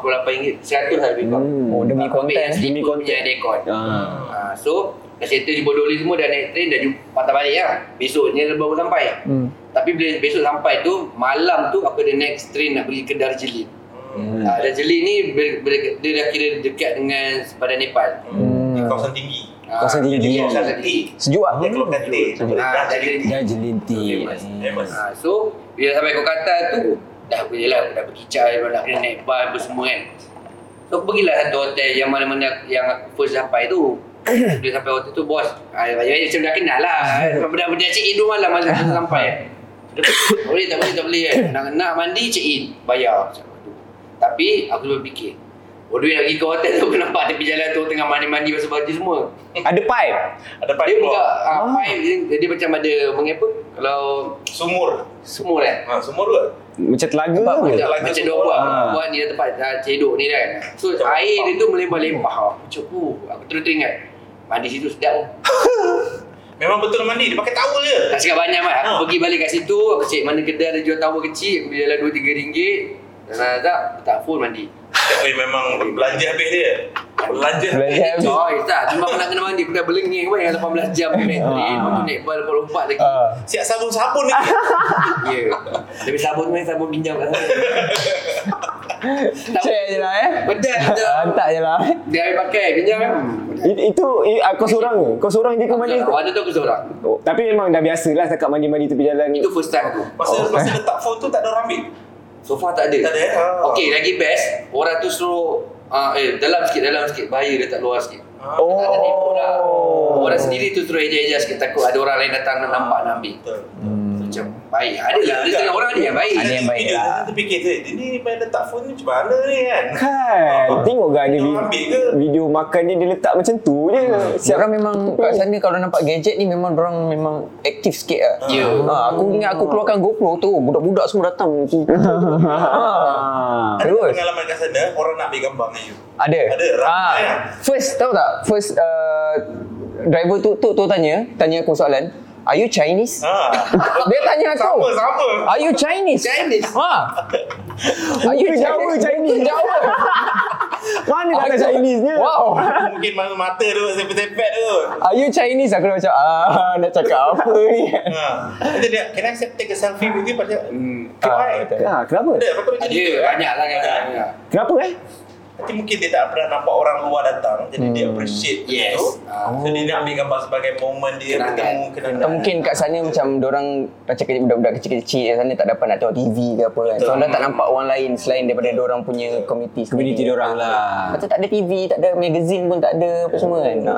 Speaker 4: RM98, RM100 harga kau.
Speaker 1: Hmm.
Speaker 5: Oh demi konten.
Speaker 4: Demi konten. Punya dekon.
Speaker 1: Ah.
Speaker 4: Ha, so dah settle jumpa Dolly semua dah naik train dah jumpa patah balik lah. Besoknya baru sampai. Hmm. Tapi bila besok sampai tu malam tu aku ada next train nak pergi ke Darjeeling. Hmm. Ha, Darjeeling ni ber, ber, dia dah kira dekat dengan sepadan Nepal.
Speaker 3: Hmm. Di kawasan tinggi.
Speaker 4: Ha,
Speaker 1: Kawasan tinggi.
Speaker 3: Kawasan
Speaker 4: dia Kawasan tinggi.
Speaker 3: tinggi.
Speaker 1: Sejuk ah.
Speaker 3: Dia keluarkan teh.
Speaker 4: Ah, Darjeeling.
Speaker 1: Dah jelinti.
Speaker 3: Famous.
Speaker 4: Ha, so bila sampai Kolkata tu dah boleh lah aku dah pergi cari dah kena naik bar apa semua kan. So aku pergilah satu hotel yang mana-mana yang aku first sampai tu. Bila sampai hotel tu bos, ah banyak macam dah kenal lah. Benda benda check in dulu malam masa aku sampai. Dia kata, Tak boleh tak boleh tak boleh kan. Nak nak mandi check in bayar macam tu. Tapi aku berfikir Bodoh nak pergi ke hotel tu aku nampak tepi jalan tu tengah mandi-mandi basuh baju semua
Speaker 1: Ada pipe.
Speaker 3: Ada
Speaker 4: Dia
Speaker 3: pipe
Speaker 4: buka
Speaker 3: keluar.
Speaker 4: ah, pipe dia, dia macam ada mengapa kalau
Speaker 3: Sumur.
Speaker 4: semua kan
Speaker 3: Ha, sumur ke?
Speaker 1: Macam telaga
Speaker 5: Tempat
Speaker 1: ke?
Speaker 4: Macam,
Speaker 3: Lagi
Speaker 4: macam
Speaker 3: tu
Speaker 4: dia buat
Speaker 1: orang.
Speaker 4: Buat ni dah tempat dah cedok ni kan So
Speaker 3: Macam
Speaker 4: air
Speaker 3: lempah.
Speaker 4: dia tu melebar-lempah Aku cupu Aku terus teringat Mandi situ sedap pun
Speaker 3: Memang betul mandi. Dia pakai towel je.
Speaker 4: Tak cakap banyak Mat Aku
Speaker 3: Ha.
Speaker 4: pergi balik kat situ Aku cek mana kedai ada jual tawar kecil Aku beli dalam RM2-3 Dan tak tak Tak full mandi
Speaker 3: Tapi memang belanja habis dia. Belanja.
Speaker 5: Belanja.
Speaker 3: habis.
Speaker 5: Ya,
Speaker 4: Oh tak Cuma aku nak kena mandi Aku dah berlengih pun Yang 18 jam aku naik train Lepas tu Eh, naik bal lompat lagi
Speaker 3: Siap sabun-sabun lagi.
Speaker 4: Ya Tapi sabun tu eh, sabun pinjam kat sana
Speaker 5: Cek je lah eh.
Speaker 4: Pedas dah.
Speaker 5: Hantar je lah.
Speaker 4: Dia habis pakai pinjam kan
Speaker 1: It- Itu i- ah, kau seorang ke? Kau seorang je ke mandi?
Speaker 4: Waktu tu aku seorang
Speaker 1: Oh, tapi memang dah biasalah setakat mandi-mandi tepi jalan. Oh.
Speaker 4: Itu first time aku
Speaker 3: Masa,
Speaker 5: Oh.
Speaker 3: masa letak phone tu tak ada orang ambil.
Speaker 4: So far tak ada.
Speaker 3: Tak ada, eh? Ah.
Speaker 4: Okey, lagi best, orang tu suruh uh, eh dalam sikit, dalam sikit, bahaya dia tak luar sikit.
Speaker 1: Oh.
Speaker 4: Tak ada lah.
Speaker 1: Kan.
Speaker 4: tipu lah. Orang sendiri tu suruh eja-eja sikit takut ada orang lain datang nak nampak nak ambil.
Speaker 1: Hmm.
Speaker 3: Betul.
Speaker 4: So, macam baik. Ada lah, ada setengah orang ada yang baik.
Speaker 5: Ada yang baik
Speaker 3: Kita-
Speaker 5: lah.
Speaker 3: Kita fikir tu, dia ni main letak phone ni macam mana ni kan?
Speaker 1: Kan Tengok kan ada
Speaker 3: Dia
Speaker 1: video,
Speaker 3: ambil ke?
Speaker 1: video makan dia Dia letak macam tu je Siap
Speaker 5: Orang memang kat
Speaker 4: Hmm.
Speaker 5: sana kalau nampak gadget ni memang orang memang aktif sikit lah.
Speaker 4: Ya.
Speaker 5: Ha, aku ingat aku keluarkan GoPro tu, budak-budak semua datang.
Speaker 1: Ah.
Speaker 5: ha.
Speaker 3: Ada
Speaker 5: Terus.
Speaker 3: pengalaman kat sana, orang nak ambil gambar dengan you.
Speaker 5: Ada.
Speaker 3: Ada, ramai
Speaker 5: Ah,
Speaker 3: lah.
Speaker 5: First tahu tak? First uh, driver tu tu tu tanya, tanya aku soalan. Are you Chinese?
Speaker 3: Ha.
Speaker 5: Dia tanya aku.
Speaker 3: Sama, sama.
Speaker 5: Are you Chinese?
Speaker 4: Chinese.
Speaker 5: Ha. Are you
Speaker 1: Itu Jawa, Chinese.
Speaker 5: Jawa.
Speaker 1: Mana kata
Speaker 5: Aku-
Speaker 1: Chinese dia
Speaker 5: Wow.
Speaker 3: Mungkin mata mata tu, sepet-sepet tu.
Speaker 5: Are you Chinese? Aku dah macam ah nak cakap apa ni?
Speaker 3: Ha. Kata dia, can I take a selfie with you? Pada, hmm, can
Speaker 5: Ah,
Speaker 3: I?
Speaker 5: betul.
Speaker 1: Ha, kenapa?
Speaker 3: Ada, apa
Speaker 4: Ada, banyak lah kan.
Speaker 1: Kenapa eh?
Speaker 3: Ha. Nanti mungkin dia tak pernah nampak orang luar datang Jadi
Speaker 5: Hmm.
Speaker 3: dia appreciate benda
Speaker 4: Yes.
Speaker 3: tu
Speaker 4: Ah.
Speaker 3: So dia nak ambil gambar sebagai momen dia
Speaker 4: Kenangan.
Speaker 3: bertemu kenangan
Speaker 5: Atau mungkin kat sana macam orang macam kecil- budak-budak kecil-kecil kat sana tak dapat nak tengok TV ke apa kan. So
Speaker 3: Betul.
Speaker 5: orang tak nampak orang lain selain daripada orang punya community.
Speaker 1: Community
Speaker 5: sendiri.
Speaker 1: dorang lah.
Speaker 5: Macam Ah, tak ada TV, tak ada magazine pun tak ada apa semua kan. Ha.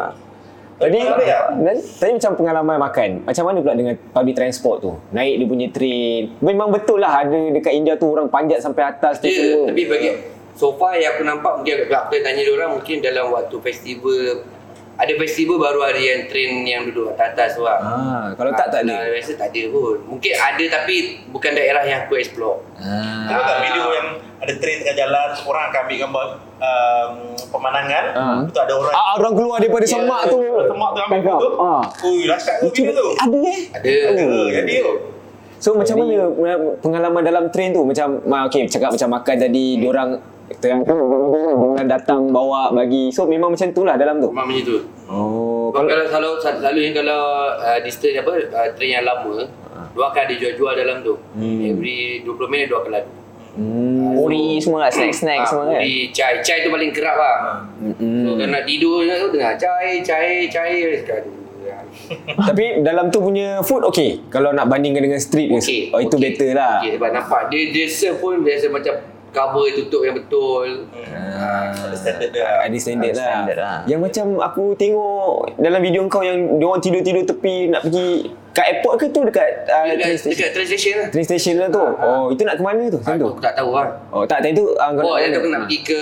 Speaker 1: Tadi,
Speaker 3: Apa dia?
Speaker 1: tadi, tadi macam pengalaman makan. Macam mana pula dengan public transport tu? Naik dia punya train. Memang betul lah ada dekat India tu orang panjat sampai atas tu
Speaker 4: Dia,
Speaker 1: semua.
Speaker 4: tapi bagi so far yang aku nampak mungkin aku, aku tanya dia orang mungkin dalam waktu festival ada festival baru ada yang train yang duduk atas atas tu lah.
Speaker 1: Ah, kalau tak, tak ada.
Speaker 4: Ah, Biasa tak ada pun. Mungkin ada tapi bukan daerah yang aku explore.
Speaker 1: Ah.
Speaker 3: Tengok tak video yang ada train tengah jalan Orang akan ambil gambar um, pemandangan
Speaker 1: Ah.
Speaker 3: Lepas tu ada orang
Speaker 1: Ah, orang keluar daripada semak tu.
Speaker 3: Semak tu ambil tu
Speaker 1: Ah.
Speaker 3: Ui rasak tu video tu
Speaker 1: Ada eh?
Speaker 4: Ada.
Speaker 3: Ha, Jadi tu
Speaker 1: So macam mana eh, pengalaman dalam train tu? Macam ah, okay, cakap macam makan tadi diorang terang- orang datang bawa bagi. So memang macam tu lah dalam tu.
Speaker 4: Memang macam tu.
Speaker 1: Oh,
Speaker 4: Kalau kalau selalu selalunya kalau uh, distance apa uh, train yang lama,
Speaker 1: Ah.
Speaker 4: dia akan ada jual-jual dalam tu. Hmm. Every 20 minit dia akan lalu.
Speaker 1: Hmm.
Speaker 5: Uri semua lah, snack-snack
Speaker 4: Ah,
Speaker 5: semua kan.
Speaker 4: Di chai, chai tu paling kerap lah.
Speaker 1: Hmm.
Speaker 4: So, kalau nak tidur je tu dengar chai, chai, chai. Sekarang
Speaker 1: Tapi dalam tu punya food okay. Kalau nak bandingkan dengan street ke,
Speaker 4: Okey.
Speaker 1: oh, itu
Speaker 4: okey.
Speaker 1: better lah.
Speaker 4: Okey, sebab nampak dia dia serve pun biasa macam cover tutup yang betul.
Speaker 3: Ada standard
Speaker 1: Ah,
Speaker 3: dia
Speaker 1: Ada standard,
Speaker 5: Ada
Speaker 1: lah.
Speaker 5: standard lah.
Speaker 1: Yang macam aku tengok dalam video kau yang diorang tidur-tidur tepi nak pergi kat airport ke tu dekat uh, train
Speaker 4: Dekat,
Speaker 1: station?
Speaker 4: dekat translation lah.
Speaker 1: Train station lah tu. Oh, itu nak ke mana tu? Macam tu.
Speaker 4: Aku, aku tak tahu lah.
Speaker 1: Oh, tak time tu uh,
Speaker 4: Oh, dia tu aku nak pergi ke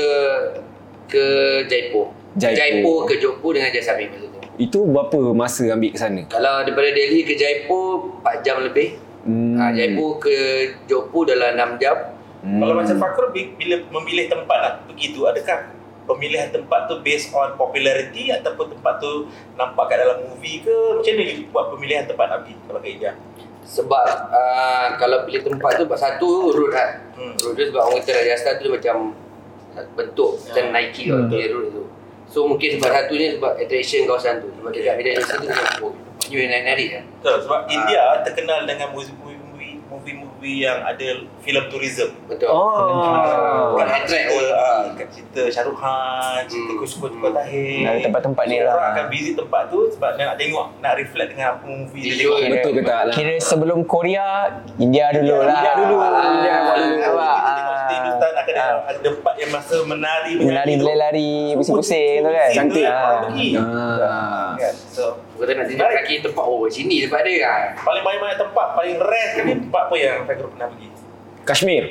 Speaker 4: ke Jaipur.
Speaker 1: Jaipur.
Speaker 4: Jaipur ke Johor dengan Jasamine masa tu.
Speaker 1: Itu berapa masa ambil ke sana?
Speaker 4: Kalau daripada Delhi ke Jaipur 4 jam lebih.
Speaker 1: Hmm.
Speaker 4: Ha, Jaipur ke Johor dalam 6 jam.
Speaker 3: Hmm. Kalau
Speaker 1: Hmm.
Speaker 3: macam Fakrul bi- Bila memilih tempat nak pergi tu Adakah pemilihan tempat tu based on popularity ataupun tempat tu nampak kat dalam movie ke macam mana you buat pemilihan tempat nak pergi kalau kat India
Speaker 4: Sebab uh, kalau pilih tempat tu sebab satu road kan.
Speaker 3: Hmm.
Speaker 4: Road tu sebab orang kata Rajasthan tu macam bentuk macam Nike lah hmm. punya road tu. So mungkin sebab satunya sebab attraction kawasan tu. Sebab dekat media Indonesia tu macam oh, you yang narik-narik lah.
Speaker 3: Betul, sebab India terkenal dengan muzi- movie- movie-movie yang ada filem tourism.
Speaker 4: Betul.
Speaker 1: Oh.
Speaker 4: Bukan
Speaker 3: Kan
Speaker 4: attract
Speaker 3: cerita,
Speaker 4: orang.
Speaker 3: ah, kan cerita Shah Rukh Khan, cerita
Speaker 4: Hmm.
Speaker 3: Kuskus Kota Tahir.
Speaker 5: Ada tempat-tempat ni
Speaker 3: So,
Speaker 5: lah.
Speaker 3: Orang akan visit tempat tu sebab dia nak tengok, nak reflect dengan apa movie dia
Speaker 4: Visual.
Speaker 3: tengok.
Speaker 5: Kira-
Speaker 1: Betul ke tak lah?
Speaker 5: Kira sebelum Korea, India dulu lah.
Speaker 1: India dulu.
Speaker 5: Ah,
Speaker 1: India dulu.
Speaker 3: Kita
Speaker 5: nampak?
Speaker 3: tengok cerita Hindustan akan ada
Speaker 5: Ah.
Speaker 3: ada tempat yang masa menari
Speaker 5: Menari
Speaker 4: lah.
Speaker 5: berlari, pusing-pusing tu kan.
Speaker 1: Cantik.
Speaker 3: Cantik.
Speaker 5: Ah.
Speaker 1: Ah.
Speaker 3: Kan? So,
Speaker 4: Aku tak nak tunjuk kaki tempat oh sini tempat dia lah.
Speaker 3: paling banyak-banyak tempat, paling rare sekali tempat apa yang Fakrul pernah pergi?
Speaker 1: Kashmir.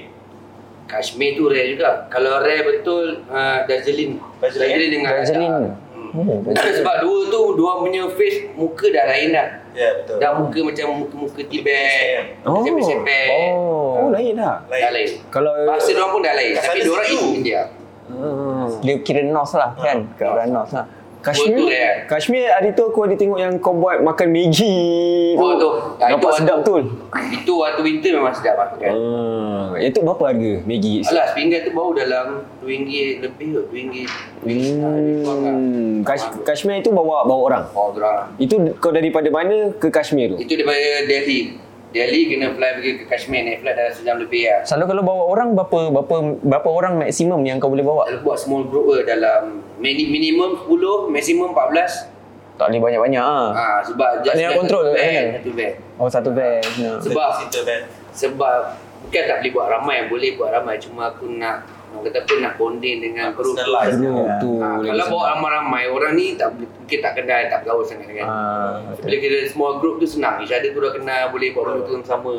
Speaker 4: Kashmir tu rare juga. Kalau rare betul uh, Darjeeling.
Speaker 3: Darjeeling.
Speaker 4: dengan
Speaker 5: Darjeeling.
Speaker 4: Ladakh.
Speaker 1: Oh,
Speaker 4: Hmm. Sebab dua tu dua punya face muka dah lain dah.
Speaker 3: Ya, yeah, betul.
Speaker 4: Dah muka macam muka-muka Tibet.
Speaker 1: Oh.
Speaker 4: Macam Sepet.
Speaker 1: Oh,
Speaker 5: Oh.
Speaker 1: lain dah.
Speaker 4: Dah lain.
Speaker 1: Kalau
Speaker 4: Bahasa dia pun dah lain.
Speaker 3: Kat
Speaker 4: Tapi
Speaker 3: sana
Speaker 4: dia orang
Speaker 3: sejuk.
Speaker 4: India.
Speaker 1: Ah.
Speaker 5: Dia kira North lah kan? Kat arah North lah.
Speaker 4: Betul,
Speaker 1: Kashmir.
Speaker 4: eh.
Speaker 1: Kashmir hari tu aku ada tengok yang kau buat makan Maggi.
Speaker 4: Oh, tu. Ah,
Speaker 1: Nampak
Speaker 4: itu-
Speaker 1: sedap tu.
Speaker 4: Itu waktu winter memang sedap makan.
Speaker 1: Ah, itu berapa harga Maggi?
Speaker 4: Alah, sepinggan tu baru dalam RM2 lebih kot. RM2. lah.
Speaker 1: Hmm, Kash- Kashmir itu bawa bawa orang.
Speaker 4: Oh, orang.
Speaker 1: Itu kau daripada mana ke Kashmir tu?
Speaker 4: Itu daripada Delhi. Delhi kena fly pergi ke Kashmir. Naik flight dah sejam lebih lah.
Speaker 5: Selalu kalau bawa orang berapa berapa berapa orang maksimum yang kau boleh bawa?
Speaker 4: Kalau buat small group lah dalam mini, minimum 10, maksimum 14.
Speaker 5: Tak boleh banyak-banyak ah.
Speaker 4: Ah
Speaker 5: Tak
Speaker 4: sebab
Speaker 5: boleh nak control
Speaker 4: satu
Speaker 5: tu,
Speaker 4: band,
Speaker 5: kan?
Speaker 4: satu band.
Speaker 5: Oh satu van. No.
Speaker 4: Sebab
Speaker 3: Cerita, man.
Speaker 4: sebab bukan tak boleh buat ramai, boleh buat ramai cuma aku nak orang kata apa nak bonding dengan group
Speaker 3: Personal life.
Speaker 4: tu.
Speaker 5: Group tu
Speaker 1: Ah,
Speaker 4: Ha,
Speaker 5: lagi
Speaker 4: kalau
Speaker 5: senang.
Speaker 4: bawa ramai-ramai orang ni tak mungkin tak kenal tak bergaul sangat dengan
Speaker 5: Ah, betul.
Speaker 4: bila kita semua group tu senang each other tu dah kenal boleh buat benda tu sama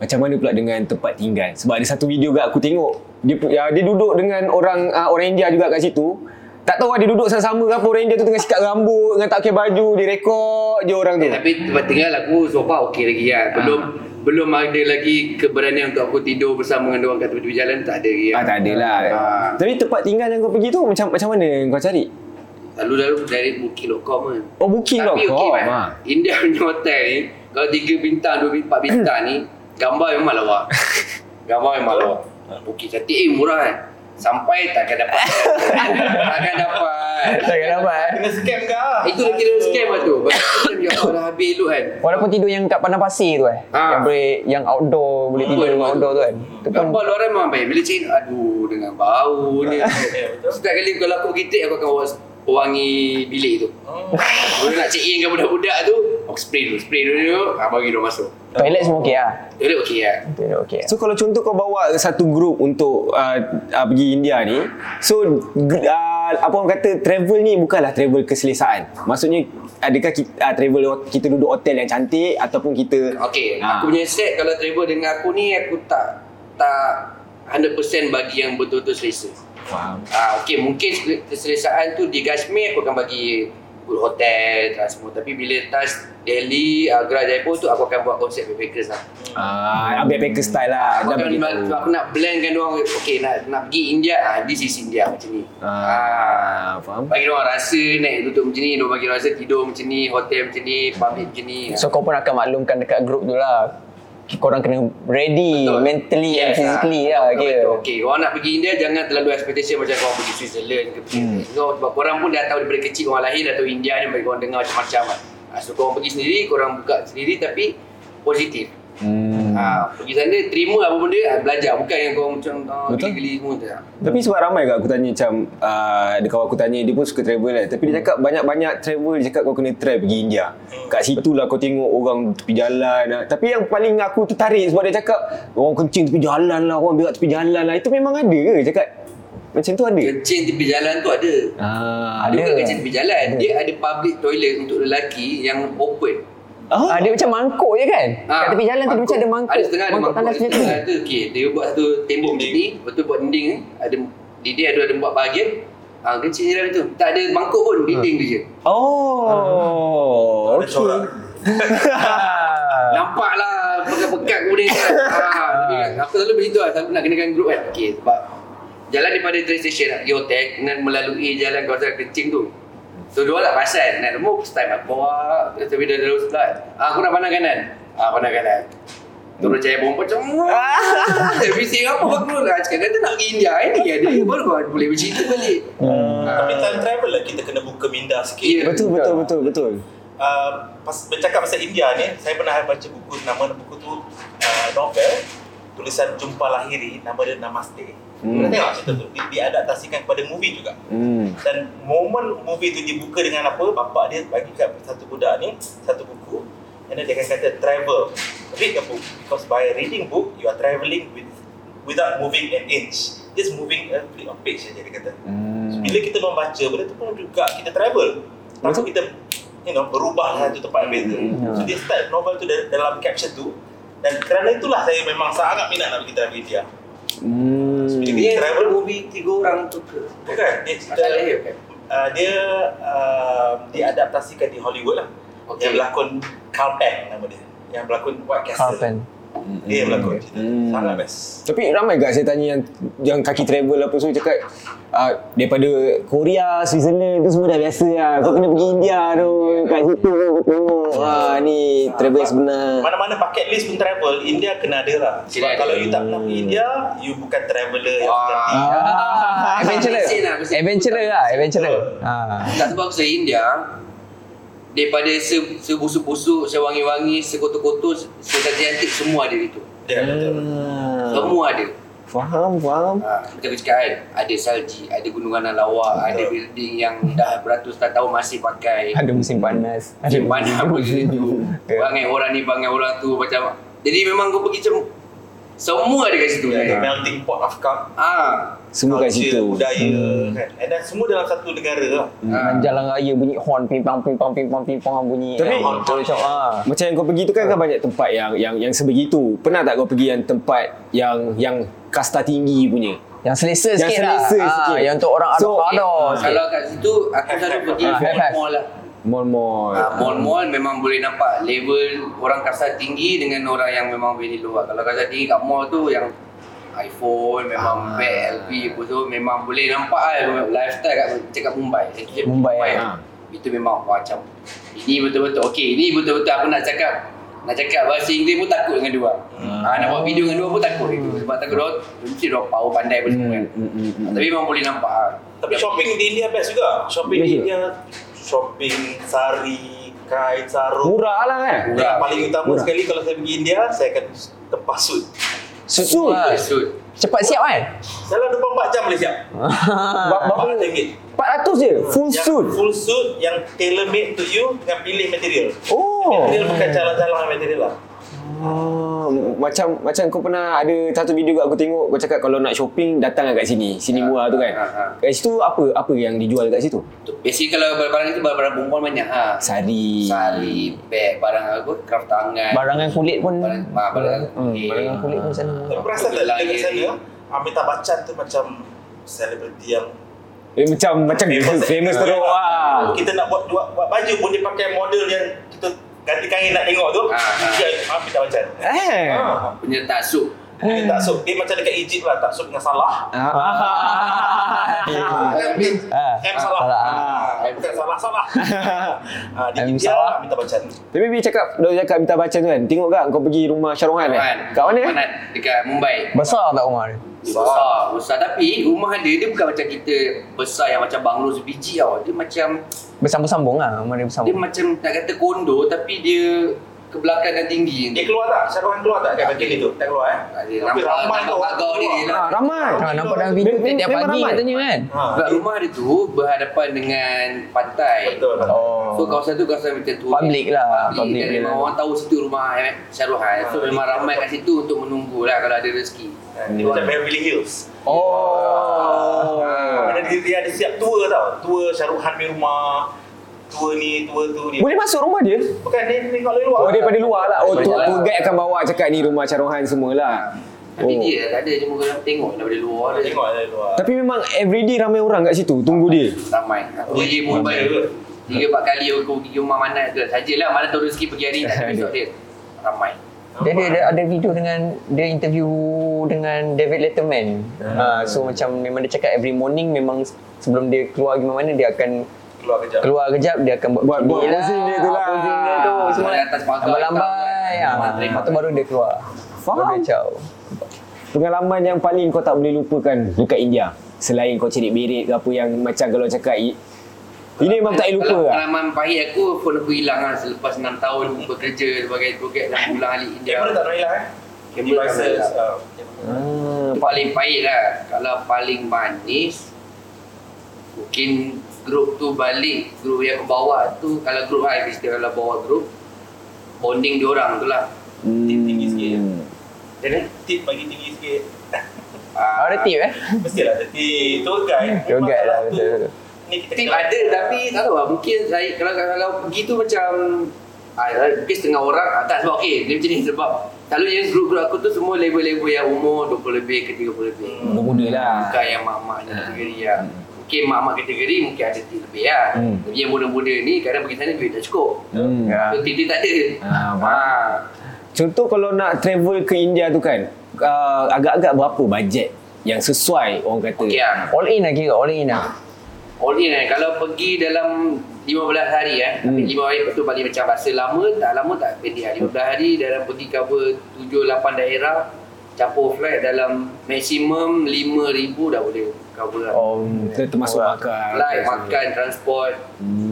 Speaker 1: Macam mana pula dengan tempat tinggal? Sebab ada satu video kat aku tengok. Dia pu- ya, dia duduk dengan orang ah, orang India juga kat situ. Tak tahu ada duduk sama-sama ke apa orang India tu tengah sikat rambut dengan tak pakai baju, dia rekod je orang tu.
Speaker 5: Ya.
Speaker 4: Tapi tempat tinggal aku so far okey lagi kan. Belum belum ada lagi keberanian untuk aku tidur bersama dengan orang kat tepi-tepi jalan tak ada lagi. ya.
Speaker 1: Ah tak adalah.
Speaker 4: Ah.
Speaker 1: Tapi tempat tinggal yang kau pergi tu macam macam mana yang kau cari?
Speaker 4: Lalu lalu dari booking.com kan.
Speaker 1: Oh booking
Speaker 4: Tapi
Speaker 1: kau.
Speaker 4: okey kan. India punya hotel ni kalau 3 bintang, 2 bintang, 4 bintang ni gambar memang lawa. gambar memang lawa. Booking cantik eh murah kan. Sampai takkan dapat. takkan dapat.
Speaker 5: Takkan dapat.
Speaker 1: eh.
Speaker 3: Kena scam ke? ah?
Speaker 4: Itu dah kira scam lah tu. Sebab tu dia orang dah habis dulu kan.
Speaker 5: Walaupun tidur yang kat padang pasir tu eh.
Speaker 4: Ah.
Speaker 5: Yang boleh yang outdoor, boleh
Speaker 4: Betul,
Speaker 5: tidur yang
Speaker 4: betul.
Speaker 5: outdoor tu kan. Tu pun
Speaker 4: Gambar luaran memang baik. Bila cek, aduh dengan bau ni.
Speaker 3: Ya, betul.
Speaker 4: Setiap kali kalau aku pergi take, aku akan wa- wangi bilik tu.
Speaker 3: Hmm.
Speaker 4: Kalau nak check in dengan budak-budak tu, aku spray dulu. Spray dulu dulu, ha, bagi dia masuk.
Speaker 5: toilet semua okey lah.
Speaker 4: Jadi okey lah.
Speaker 5: Toilet okey.
Speaker 1: So kalau contoh kau bawa satu grup untuk uh, uh, pergi India ni, so gr- uh, apa orang kata travel ni bukanlah travel keselesaan. Maksudnya adakah kita, uh, travel hot- kita duduk hotel yang cantik ataupun kita
Speaker 4: Okey,
Speaker 1: Ah.
Speaker 4: aku punya set kalau travel dengan aku ni, aku tak tak 100% bagi yang betul-betul selesa.
Speaker 1: faham.
Speaker 4: Ah, okey, mungkin sel- keselesaan tu di Kashmir aku akan bagi good hotel, trans semua. Tapi bila touch Delhi, Agra, Jaipur tu aku akan buat konsep backpackers lah.
Speaker 1: Ah, uh, backpacker style lah.
Speaker 4: Aku
Speaker 1: Dah
Speaker 4: akan
Speaker 1: begitu.
Speaker 4: nak, aku nak blendkan dia orang. Okey, nak nak pergi India, ah, this is India macam ni. Ah.
Speaker 1: Ah, faham.
Speaker 4: Bagi dia orang rasa naik duduk macam ni, dia orang bagi dia rasa tidur macam ni, hotel macam ni, public macam ni.
Speaker 5: So kau pun akan maklumkan dekat group tu lah. Korang kena ready
Speaker 4: Betul.
Speaker 5: mentally and
Speaker 4: Yes,
Speaker 5: physically
Speaker 4: ah.
Speaker 5: lah. kira.
Speaker 4: Betul. Okey, orang nak pergi India jangan terlalu expectation macam korang pergi Switzerland ke pergi hmm. sebab korang pun dah tahu daripada kecil orang lahir dah tahu India ni bagi korang dengar macam-macam kan. Ah, so korang pergi sendiri, korang buka sendiri tapi positif. Hmm. Ha, pergi sana terima apa benda ah, belajar bukan yang korang macam ah,
Speaker 1: Betul.
Speaker 4: geli-geli semua tak.
Speaker 1: Tapi sebab ramai kat aku tanya macam uh, Ada kawan aku tanya Dia pun suka travel lah Tapi dia cakap banyak-banyak travel Dia cakap kau kena try pergi India Kat situ lah kau tengok orang tepi jalan lah. Tapi yang paling aku tertarik Sebab dia cakap Orang kencing tepi jalan lah Orang berak tepi jalan lah Itu memang ada ke dia cakap Macam tu ada
Speaker 4: Kencing tepi jalan tu ada.
Speaker 1: Ah,
Speaker 4: Ada bukan kencing tepi jalan, dia ada public toilet untuk lelaki yang open.
Speaker 1: ah,
Speaker 5: Ah, dia macam mangkuk je kan? Kat tepi jalan tu dia macam ada mangkuk.
Speaker 4: Ah, Ada setengah ada mangkuk. Ah,
Speaker 5: tandas
Speaker 4: Ada
Speaker 5: macam tu.
Speaker 4: setengah tu okey, dia buat satu tembok macam ni, lepas tu buat dinding eh. Ada dinding ada ada buat bahagian. Ah kecil je dalam tu. Tak ada mangkuk pun dinding
Speaker 5: Ah.
Speaker 4: tu je.
Speaker 1: Oh
Speaker 3: Ada corak.
Speaker 1: Okay
Speaker 4: Nampak lah pekat-pekat kemudian kan. ah, tapi kan, aku selalu begitu lah, selalu nak kenakan grup kan. Okey sebab jalan daripada train station nak pergi hotel dengan melalui jalan kawasan kencing tu. So dia orang nak pasal, nak remove, first time aku bawa, terus tapi dia terus pula. Ah, aku nak pandang kanan. Ah, pandang kanan. Turun cahaya perempuan macam "Wah, Bising apa aku nak cakap Kata nak pergi India Eh, ni ada Baru kau boleh bercerita balik
Speaker 3: Tapi time travel lah kita kena buka minda sikit.
Speaker 4: Ya.
Speaker 1: Betul betul betul betul
Speaker 3: Uh, pas, bercakap pasal India ni, saya pernah baca buku nama buku tu uh, novel tulisan Jumpa Lahiri, nama dia Namaste. Hmm. Kita tengok cerita tu, di, diadaptasikan kepada movie juga.
Speaker 1: hmm.
Speaker 3: Dan momen movie tu dibuka dengan apa, bapak dia bagi kat satu budak ni, satu buku and then dia akan kata travel. Read a book because by reading book you are travelling with without moving an inch. Just moving a flip of page saja dia kata.
Speaker 1: Hmm.
Speaker 3: So, bila kita membaca benda tu pun juga kita travel tanpa kita you know berubah dari satu tempat beza so dia start novel tu dari- dalam caption tu dan kerana itulah saya memang sangat minat nak pergi travel India
Speaker 1: Hmm.
Speaker 3: bila kita travel
Speaker 4: movie tiga orang tu ke
Speaker 3: bukan dia cerita
Speaker 4: Masalah dia kan? bukan?
Speaker 3: uh, dia uh, diadaptasikan di Hollywood lah
Speaker 4: Okey.
Speaker 3: yang berlakon Carl Penn nama dia yang berlakon White Castle
Speaker 5: Carlton.
Speaker 3: dia berlakon cerita tu.
Speaker 1: Hmm.
Speaker 3: sangat best
Speaker 1: Tapi ramai gak saya tanya yang yang kaki travel apa semua cakap uh, daripada Korea, Switzerland tu semua dah biasa lah. Kau kena pergi India tu kat situ kau tengok. Ah ni travel yang sebenar.
Speaker 3: Mana-mana bucket list pun travel, India kena ada lah. Sebab
Speaker 4: Kena ada.
Speaker 3: kalau you tak pernah pergi India, you bukan traveller yang
Speaker 4: Wah.
Speaker 3: sejati.
Speaker 5: Ah, adventurer.
Speaker 4: Mesin lah, mesin.
Speaker 5: Adventurer lah, adventurer. Ah.
Speaker 4: Tak sebab aku saya India Daripada se- sebusuk-busuk, sewangi-wangi, sekotor-kotor, se- secantik-cantik semua ada di tu
Speaker 3: Dia kata,
Speaker 5: Hmm.
Speaker 4: Semua ada
Speaker 1: Faham, faham.
Speaker 4: ha, Macam aku cakap kan, ada salji, ada gunungan yang lawa, ada building yang dah beratus tahun masih pakai
Speaker 5: Ada musim panas. Ada
Speaker 4: Macam mana pun dia tu
Speaker 5: Ya.
Speaker 4: Bangai orang ni, bangai orang tu macam Jadi memang aku pergi macam Semua ada kat situ
Speaker 5: Ya,
Speaker 3: The
Speaker 4: sebenarnya.
Speaker 3: melting pot of cup
Speaker 4: Ah.
Speaker 1: Semua kat
Speaker 3: culture,
Speaker 1: situ. Hmm.
Speaker 3: budaya kan and then semua dalam satu negara lah
Speaker 4: Ah.
Speaker 5: Jalan raya bunyi horn pimpang pimpang pimpang pimpang bunyi.
Speaker 1: Tapi-
Speaker 5: Ah, betul macam ah.
Speaker 1: Macam yang kau pergi tu kan kan banyak tempat yang yang yang sebegitu. Pernah tak kau pergi yang tempat yang yang kasta tinggi punya?
Speaker 5: Yang selesa
Speaker 1: Yang
Speaker 5: sikit lah.
Speaker 1: selesa
Speaker 5: Ah,
Speaker 1: sikit.
Speaker 5: Yang untuk orang
Speaker 1: So,
Speaker 5: ada-ada
Speaker 4: Ah,
Speaker 5: sikit.
Speaker 4: Kalau kat situ aku selalu pergi
Speaker 5: Ah, have, have.
Speaker 4: mall lah.
Speaker 1: Mall-mall.
Speaker 4: Ah, mall-mall memang boleh nampak level orang kasar tinggi dengan orang yang memang very low lah. Kalau kasar tinggi kat mall tu yang iPhone, memang bag, LP apa tu memang boleh nampak lah lifestyle kat, macam kat Mumbai. Saya tu je pergi
Speaker 5: Mumbai,
Speaker 1: ah.
Speaker 4: Itu memang wah, macam ini betul-betul okey, ini betul-betul aku nak cakap nak cakap bahasa Inggeris pun takut dengan dua. Hmm. Ah, Hmm. nak buat video dengan dua pun takut itu sebab takut dua mesti dua power pandai apa semua kan. Tapi memang boleh nampak ah.
Speaker 3: tapi shopping di India best juga shopping di India shopping sari kain sarung
Speaker 1: Murah lah kan?
Speaker 3: dan yang paling utama
Speaker 1: Murah.
Speaker 3: sekali kalau saya pergi India saya akan tempah suit
Speaker 1: Suit.
Speaker 5: Ah,
Speaker 4: Shoot.
Speaker 5: Cepat siap kan?
Speaker 3: dalam 24 jam boleh siap
Speaker 1: Berapa?
Speaker 3: RM4
Speaker 1: 400 je. Full
Speaker 3: yang
Speaker 1: suit.
Speaker 3: Ya, full suit yang tailor made to you dengan pilih material
Speaker 1: Oh.
Speaker 3: material bukan calang-calang material lah
Speaker 1: Ah, macam macam kau pernah ada satu video kat aku tengok kau cakap kalau nak shopping datang lah kat sini. Sini murah tu kan.
Speaker 4: Ah, ah.
Speaker 1: Kat situ apa apa yang dijual kat situ?
Speaker 4: Tu, Biasanya kalau barang-barang itu barang-barang perempuan banyak ha.
Speaker 1: Sari.
Speaker 4: Sari, beg, barang apa, kraft tangan.
Speaker 5: Barangan kulit pun.
Speaker 4: barang ah, barang.
Speaker 5: Hmm,
Speaker 4: eh,
Speaker 5: barangan kulit pun sana.
Speaker 3: Tapi perasan tak
Speaker 4: Betul lah,
Speaker 3: dekat
Speaker 4: ya.
Speaker 3: sana Amitabh Bachchan tu macam selebriti yang
Speaker 1: Eh, macam macam famous, famous teruk ah.
Speaker 3: Kita nak buat, buat buat baju pun dia pakai model yang kita ganti kain nak tengok tu.
Speaker 4: Ah, ah.
Speaker 3: Dia Amitabh Bachchan.
Speaker 1: Eh.
Speaker 3: Ah.
Speaker 4: Punya taksub.
Speaker 3: Dia tak sup. Dia macam dekat Egypt lah, tak sup dengan salah.
Speaker 1: Ah.
Speaker 4: Kan?
Speaker 5: Ah,
Speaker 3: M salah.
Speaker 5: salah.
Speaker 3: Ah, Bukan salah salah. Ah, Di
Speaker 5: M
Speaker 3: India
Speaker 5: salah.
Speaker 3: Amitabh Bachchan.
Speaker 1: Tapi bila cakap Dia cakap minta baca tu kan Tengok kan kau pergi rumah Syarohan kan Kat mana eh?
Speaker 4: Dekat Mumbai.
Speaker 5: Besar tak Umar?
Speaker 4: Besar, besar. Tapi rumah dia, dia bukan macam kita besar yang macam banglo sebiji tau. Dia macam,
Speaker 5: Bersambung-sambung lah. Umar dia
Speaker 4: dia
Speaker 5: bersambung.
Speaker 4: macam nak kata kondo tapi dia ke belakang dan tinggi.
Speaker 3: Dia keluar tak? Syaruhan keluar tak kat kaki tu? Tak keluar eh?
Speaker 4: Tak ada. Nampak- nampak pagar dia lah.
Speaker 1: Ah, ramai
Speaker 5: Ah, nampak dalam video
Speaker 1: Mem-
Speaker 5: tiap
Speaker 1: memang
Speaker 5: pagi
Speaker 1: ramai.
Speaker 5: katanya kan?
Speaker 3: Ha,
Speaker 4: Sebab rumah dia tu berhadapan dengan pantai.
Speaker 3: betul.
Speaker 5: Oh.
Speaker 4: So kawasan tu kawasan macam tu
Speaker 5: Public lah, public
Speaker 4: public dan memang
Speaker 5: dia.
Speaker 4: orang tahu situ rumah Ahmed Syaruhan So
Speaker 3: Ah.
Speaker 4: memang ramai kat situ untuk menunggu lah kalau ada rezeki
Speaker 3: Dia macam Beverly Hills.
Speaker 1: Oh
Speaker 3: Ah. Dia, dia ada siap tua tau. Tua Syaruhan di rumah. Tua ni, tua tu ni.
Speaker 1: Boleh masuk rumah dia?
Speaker 3: Bukan dia tengok dari luar.
Speaker 1: Oh daripada luar lah Oh tu,
Speaker 4: Daripada
Speaker 1: tu
Speaker 4: luar.
Speaker 1: guide akan bawa cakap ni rumah Syarohan semualah
Speaker 4: Tapi
Speaker 1: Oh.
Speaker 4: dia tak ada cuma kalau tengok daripada luar
Speaker 3: Dia
Speaker 4: dia
Speaker 3: tengok dari luar.
Speaker 1: Tapi memang everyday ramai orang kat situ Tunggu dia
Speaker 4: ramai Aku pergi Mumbai
Speaker 3: Ramai.
Speaker 4: Tiga empat kali aku pergi rumah mana tu kan. Sajalah mana tahu rezeki pergi hari tak ada besok dia Ramai
Speaker 5: Dia ada, ada, ada video dengan dia interview dengan David Letterman. Ah, so macam memang dia cakap every morning memang sebelum dia keluar gimana mana dia akan
Speaker 3: Keluar kejap.
Speaker 5: keluar kejap dia akan buat
Speaker 1: Buat- buat
Speaker 5: gini
Speaker 1: posing dia tu lah.
Speaker 5: Posing dia tu semua.
Speaker 4: Di Ah, atas pagar
Speaker 5: Lambai-lambai.
Speaker 4: hitam.
Speaker 5: Ah, lepas tu baru dia keluar.
Speaker 1: Faham.
Speaker 5: Baru dia jauh.
Speaker 1: Pengalaman yang paling kau tak boleh lupakan Dekat India Selain kau cerit berit ke apa yang Macam kalau cakap i- Ini memang tak boleh lupa
Speaker 4: Kalau
Speaker 1: lah
Speaker 4: Pengalaman pahit aku Phone aku hilang lah selepas 6 tahun bekerja sebagai toget dan pulang alik India
Speaker 3: Kamera tak nak hilang eh?
Speaker 4: Kamera tak
Speaker 3: Devices,
Speaker 4: hilang.
Speaker 3: ah,
Speaker 1: Ah,
Speaker 4: Itu paling pahit lah Kalau paling manis Mungkin grup tu balik Grup yang bawa tu Kalau grup high kita kalau bawa grup Bonding diorang tu lah
Speaker 3: Tinggi sikit.
Speaker 1: hmm.
Speaker 3: Jadi tip bagi tinggi sikit.
Speaker 4: Ah,
Speaker 5: Ada tip eh?
Speaker 3: Mestilah ada tip. Tour guide.
Speaker 5: Tour guide lah,
Speaker 3: memang
Speaker 5: betul,
Speaker 3: satu.
Speaker 5: betul.
Speaker 3: Ni kita
Speaker 4: Tip
Speaker 3: kena-
Speaker 4: ada tapi tak tahu lah Mungkin saya, kalau, kalau, kalau pergi tu macam ah, Mungkin setengah orang ah, Tak sebab okey Dia macam ni sebab Selalunya grup-grup aku tu semua label-label yang umur 20 lebih ke 30 lebih
Speaker 1: Muda-muda lah
Speaker 4: Bukan yang mak-mak ni kategori lah. Mungkin mak-mak kategori mungkin ada tip lebih lah.
Speaker 1: Hmm.
Speaker 4: Tapi yang muda-muda ni kadang pergi sana duit tak cukup.
Speaker 1: Hmm.
Speaker 4: So tip dia tak ada.
Speaker 1: Ah, faham.
Speaker 4: Ah.
Speaker 1: Contoh kalau nak travel ke India tu kan, uh, agak-agak berapa bajet yang sesuai orang kata?
Speaker 4: Okey lah.
Speaker 5: All in lah kira, all in lah.
Speaker 4: All in eh. Kalau pergi dalam 15 hari eh. Tapi 5 hari lepas tu balik macam rasa lama, tak lama tak pendek lah. 15 hari dalam pergi cover 7-8 daerah. Campur flight dalam maksimum 5,000 dah boleh cover lah. Ah,
Speaker 5: Oh,
Speaker 1: Kita Hmm, termasuk
Speaker 5: murah.
Speaker 1: makan.
Speaker 4: Flight, makan, transport.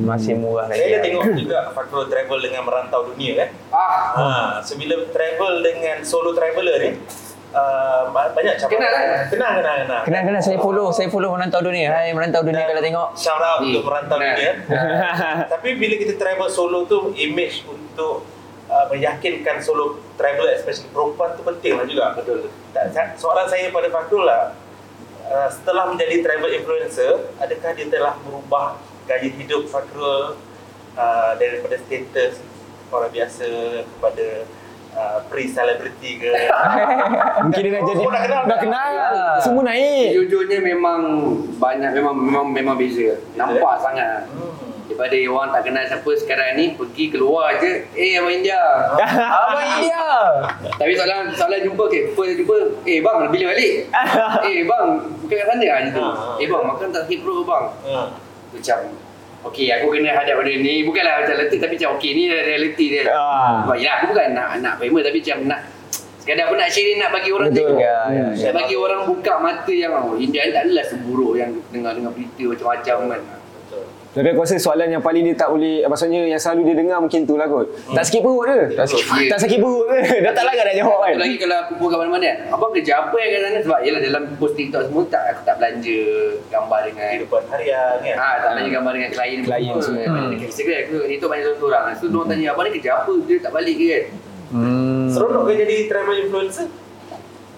Speaker 5: Masih murah lagi.
Speaker 3: Saya dah
Speaker 5: lah.
Speaker 3: tengok juga Fakrul travel dengan merantau dunia kan.
Speaker 4: Ah,
Speaker 3: Ha, so bila travel dengan solo traveler ni, uh, banyak cabaran.
Speaker 4: Kenal kan?
Speaker 3: Kenal, kenal, kenal.
Speaker 5: Kenal kenal saya follow, saya follow merantau dunia. Hai merantau dunia kalau tengok.
Speaker 3: Shout out
Speaker 4: Ni,
Speaker 3: untuk merantau
Speaker 4: kenal.
Speaker 3: dunia. Tapi bila kita travel solo tu image untuk uh, uh, meyakinkan solo traveller especially perempuan tu penting lah juga. Betul. Tak, sa- soalan saya pada Fakul lah, uh, setelah menjadi travel influencer, adakah dia telah merubah gaya hidup Fakul uh, daripada status orang biasa kepada uh, pre-celebrity ke?
Speaker 1: Mungkin dia dah jadi
Speaker 3: Oh, dah kenal
Speaker 1: dah
Speaker 3: dah?
Speaker 1: kenal.
Speaker 5: Ah.
Speaker 1: Semua naik.
Speaker 4: Jujurnya memang banyak memang memang memang beza. Nampak sangat.
Speaker 3: Hmm.
Speaker 4: Daripada orang tak kenal siapa sekarang ni pergi keluar je, eh abang India.
Speaker 5: Abang India.
Speaker 4: Tapi soalan soalan jumpa ke, first jumpa, eh bang bila balik? eh bang, bukan kat sana ah gitu.
Speaker 3: Ah.
Speaker 4: Eh bang, makan tak sikit perut bang.
Speaker 3: Hmm.
Speaker 4: Macam Okay, aku kena hadap benda ni. Bukanlah macam letih tapi macam okay, ni realiti dia.
Speaker 1: Ah.
Speaker 4: Sebab yelah, aku bukan nak nak famous tapi macam nak sekadar aku nak sharing nak bagi orang tengok.
Speaker 5: Ya, ya,
Speaker 4: Saya bagi orang buka mata yang oh, India ni tak adalah seburuk yang dengar-dengar berita macam-macam kan.
Speaker 1: Tapi aku rasa soalan yang paling dia tak boleh Maksudnya yang selalu dia dengar mungkin tu lah kot Tak sakit perut ke? Tak sakit,
Speaker 4: Ya.
Speaker 1: tak sakit perut ke? Dah tak larat nak jawab kan?
Speaker 4: Satu lagi kalau aku buat kat mana-mana kan, Abang kerja apa yang kat sana sebab yelah dalam post TikTok semua tak aku tak belanja gambar dengan
Speaker 3: Kehidupan harian kan?
Speaker 4: Ah, tak belanja gambar dengan klien
Speaker 1: Hmm. Klien
Speaker 4: pun.
Speaker 1: semua.
Speaker 4: Hmm. Dekat Instagram aku tengok TikTok banyak orang. So dia orang tanya abang ni kerja apa? Dia tak balik ke kan?
Speaker 1: Hmm.
Speaker 3: Seronok ke jadi travel influencer?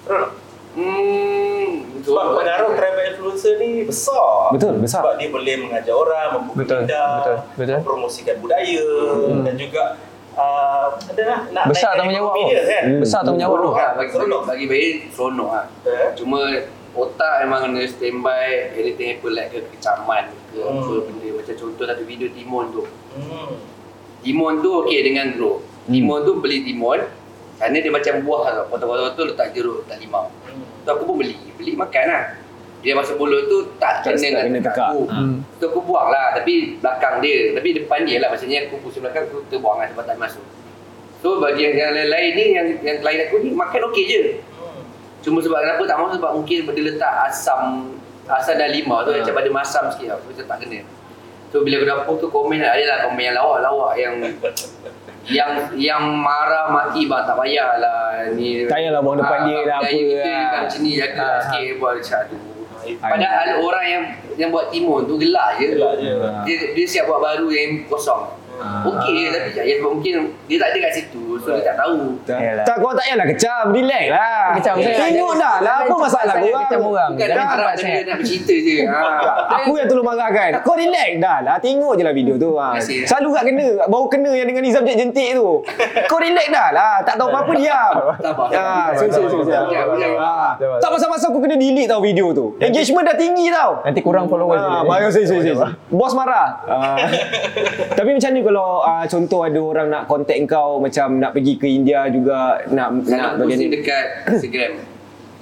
Speaker 3: Seronok.
Speaker 4: Hmm, betul.
Speaker 3: Sebab pengaruh travel influencer ni besar.
Speaker 1: Betul, besar.
Speaker 3: Sebab dia boleh mengajar orang, membuka
Speaker 5: Betul,
Speaker 3: minda,
Speaker 5: betul, betul.
Speaker 3: mempromosikan budaya
Speaker 1: Hmm.
Speaker 3: dan juga uh, adalah nak
Speaker 5: Besar
Speaker 3: naikkan
Speaker 5: tanggungjawab
Speaker 3: ekonomi
Speaker 5: tu.
Speaker 3: dia, kan?
Speaker 1: Hmm.
Speaker 5: Besar tanggungjawab tu.
Speaker 4: Seronok lah. Bagi, bagi,
Speaker 3: Seronok.
Speaker 4: bagi bayar, seronok lah.
Speaker 3: Eh?
Speaker 4: Cuma otak memang kena standby anything happen like ke kecaman ke
Speaker 3: Hmm.
Speaker 4: apa benda macam contoh satu video Timon tu
Speaker 3: Hmm.
Speaker 4: Timon tu okey dengan grow
Speaker 1: Hmm.
Speaker 4: Timon tu beli timon sana dia macam buah tau potong-potong tu letak jeruk letak limau tu aku pun beli beli makan lah dia masuk mulut tu tak
Speaker 1: Tak
Speaker 4: kena
Speaker 1: tak kena Hmm. tekak.
Speaker 4: aku tu aku buang lah tapi belakang dia tapi depan dia lah maksudnya aku pusing belakang aku terbuang lah sebab tak masuk so bagi yang, yang lain-lain ni yang, yang klien aku ni makan okey je
Speaker 3: Hmm.
Speaker 4: Cuma sebab kenapa tak mahu sebab mungkin benda letak asam asam dan
Speaker 1: Hmm.
Speaker 4: lima tu macam ada masam sikit tau. So, Macam tak kena. So bila aku dapur tu komen ada lah komen yang lawak-lawak yang yang yang marah maki bang tak payahlah ni
Speaker 1: Tak payahlah buang depan
Speaker 4: Ah,
Speaker 1: dia lah,
Speaker 4: budaya
Speaker 1: apa
Speaker 4: kita
Speaker 1: lah.
Speaker 4: kan macam ni jaga lah
Speaker 1: Ah,
Speaker 4: sikit buat macam tu
Speaker 3: Hmm.
Speaker 1: Ah,
Speaker 4: padahal orang yang yang buat timun tu gelak je
Speaker 3: Gelak je.
Speaker 4: dia, dia siap buat baru yang kosong
Speaker 3: Ah.
Speaker 4: okey tapi ya, mungkin dia tak ada kat situ so dia tak tahu
Speaker 1: Tak,
Speaker 5: Yalah.
Speaker 1: tak korang tak payahlah kecam Relax lah
Speaker 5: Kecam, saya-
Speaker 1: Tengok dah lah Apa
Speaker 5: Saya-
Speaker 1: masalah
Speaker 5: saya
Speaker 1: korang
Speaker 5: kecam orang.
Speaker 4: bukan
Speaker 5: Jangan
Speaker 4: nak harap
Speaker 5: cepat
Speaker 4: dia
Speaker 5: sangat.
Speaker 4: nak bercerita je ha.
Speaker 1: Aku yang tolong marahkan Kau relax dah lah Tengok je lah video tu ha.
Speaker 4: Terima kasih.
Speaker 1: Selalu tak kena Baru kena yang dengan Nizam jentik tu Kau relax dah lah Tak tahu apa-apa diam
Speaker 4: Sabar.
Speaker 1: Ah,
Speaker 4: Sabar,
Speaker 1: sini, sini, sini.
Speaker 4: sabar, sabar, sabar.
Speaker 1: Ah, Tak masa-masa aku kena delete tau video tu Engagement dah tinggi tau
Speaker 5: Nanti kurang followers.
Speaker 1: Ah,
Speaker 5: dia.
Speaker 1: baru saya saya saya. Bos marah. Ah. Tapi macam ni kalau ah, contoh ada orang nak contact kau macam nak pergi ke India juga nak nak
Speaker 4: Nak
Speaker 1: bagian
Speaker 4: posting dekat Instagram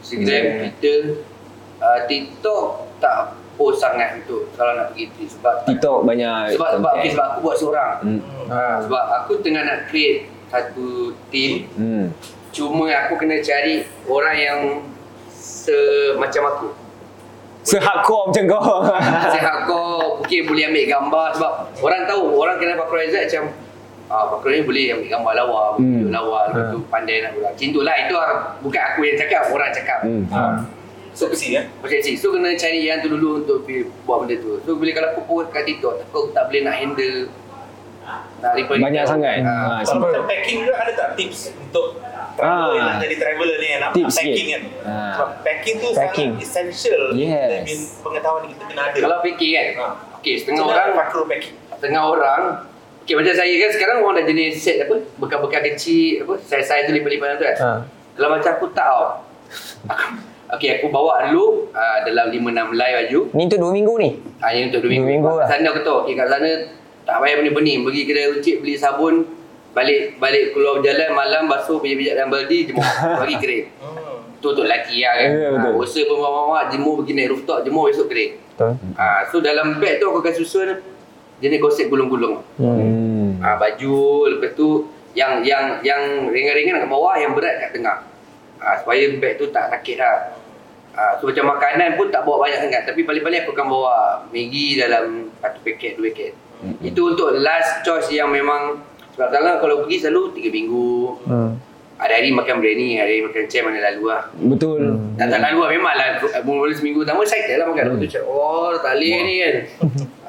Speaker 4: Instagram, Twitter uh, TikTok tak post sangat untuk kalau nak pergi trip sebab
Speaker 1: TikTok banyak.
Speaker 4: sebab sebab, okay, sebab aku buat seorang
Speaker 1: Hmm.
Speaker 4: ha. sebab aku tengah nak create satu team
Speaker 1: Hmm.
Speaker 4: cuma aku kena cari orang yang se macam aku
Speaker 1: Se-hardcore macam kau.
Speaker 4: Ah. Sehat kau Mungkin boleh ambil gambar Sebab orang tahu Orang kenal Pak Rizal macam ah, Pak Rizal boleh ambil gambar lawa
Speaker 1: Hmm.
Speaker 4: Video lawa Lepas tu pandai nak ulang Macam tu lah Itu orang- bukan aku yang cakap Orang cakap
Speaker 1: Hmm.
Speaker 3: So besi eh?
Speaker 4: Macam tu So kena cari yang tu dulu Untuk pi- buat benda tu So bila kalau aku post kat TikTok Aku tak boleh nak handle Nak reply
Speaker 1: Banyak
Speaker 4: TikTok.
Speaker 1: sangat.
Speaker 4: Ah.
Speaker 1: Ah,
Speaker 3: Kalau
Speaker 1: sebab-
Speaker 3: macam packing juga ada tak tips untuk
Speaker 1: Ah.
Speaker 3: traveller yang nak jadi traveller ni yang nak
Speaker 1: Tips
Speaker 3: packing
Speaker 1: sikit.
Speaker 3: kan?
Speaker 1: Ah.
Speaker 3: Sebab packing tu
Speaker 1: Packing.
Speaker 3: sangat essential.
Speaker 1: Yes.
Speaker 3: Kita punya Pengetahuan kita kena ada.
Speaker 4: Kalau fikir kan
Speaker 3: Ah.
Speaker 4: Okay setengah
Speaker 3: Macam
Speaker 4: orang
Speaker 3: mana macro packing.
Speaker 4: Tengah orang Okay macam saya kan sekarang orang dah jenis set apa Bekal-bekal kecil apa Saya-saya tu lipat-lipat tu kan
Speaker 1: Ah.
Speaker 5: Ha.
Speaker 4: Kalau macam aku tak tau Aku- Okay aku bawa dulu uh, Dalam 5-6 helai baju
Speaker 5: Ni tu 2 minggu ni.
Speaker 4: Hanya untuk 2 minggu,
Speaker 5: Dua minggu lah.
Speaker 4: Kat Sana aku tahu okay, Kat sana tak payah benih-benih Pergi kedai runcit beli sabun Balik balik keluar berjalan malam basuh pijak-pijak dalam baldi jemur pagi kering.
Speaker 3: Hmm.
Speaker 4: Tu untuk lelaki lah kan.
Speaker 1: Ya,
Speaker 4: Yeah,
Speaker 1: betul.
Speaker 4: ha, usaha pun mawak jemur pergi naik rooftop jemur besok kering.
Speaker 5: Betul.
Speaker 4: Ha, so dalam beg tu aku akan susun jenis gosip gulung-gulung.
Speaker 1: Hmm.
Speaker 4: Ha, baju lepas tu yang yang yang ringan-ringan kat bawah yang berat kat tengah. Ha, supaya beg tu tak sakit lah. Ha, so macam makanan pun tak bawa banyak sangat tapi paling-paling aku akan bawa Maggi dalam satu paket, dua paket. Itu untuk last choice yang memang sebab kadang kalau pergi selalu tiga minggu.
Speaker 5: Hmm.
Speaker 4: Ada hari makan biryani, ada hari makan cem mana lalu lah.
Speaker 1: Betul.
Speaker 4: Tak tak lalu lah memang lah Mula seminggu pertama excited lah makan Lepas tu cakap oh tak boleh ni kan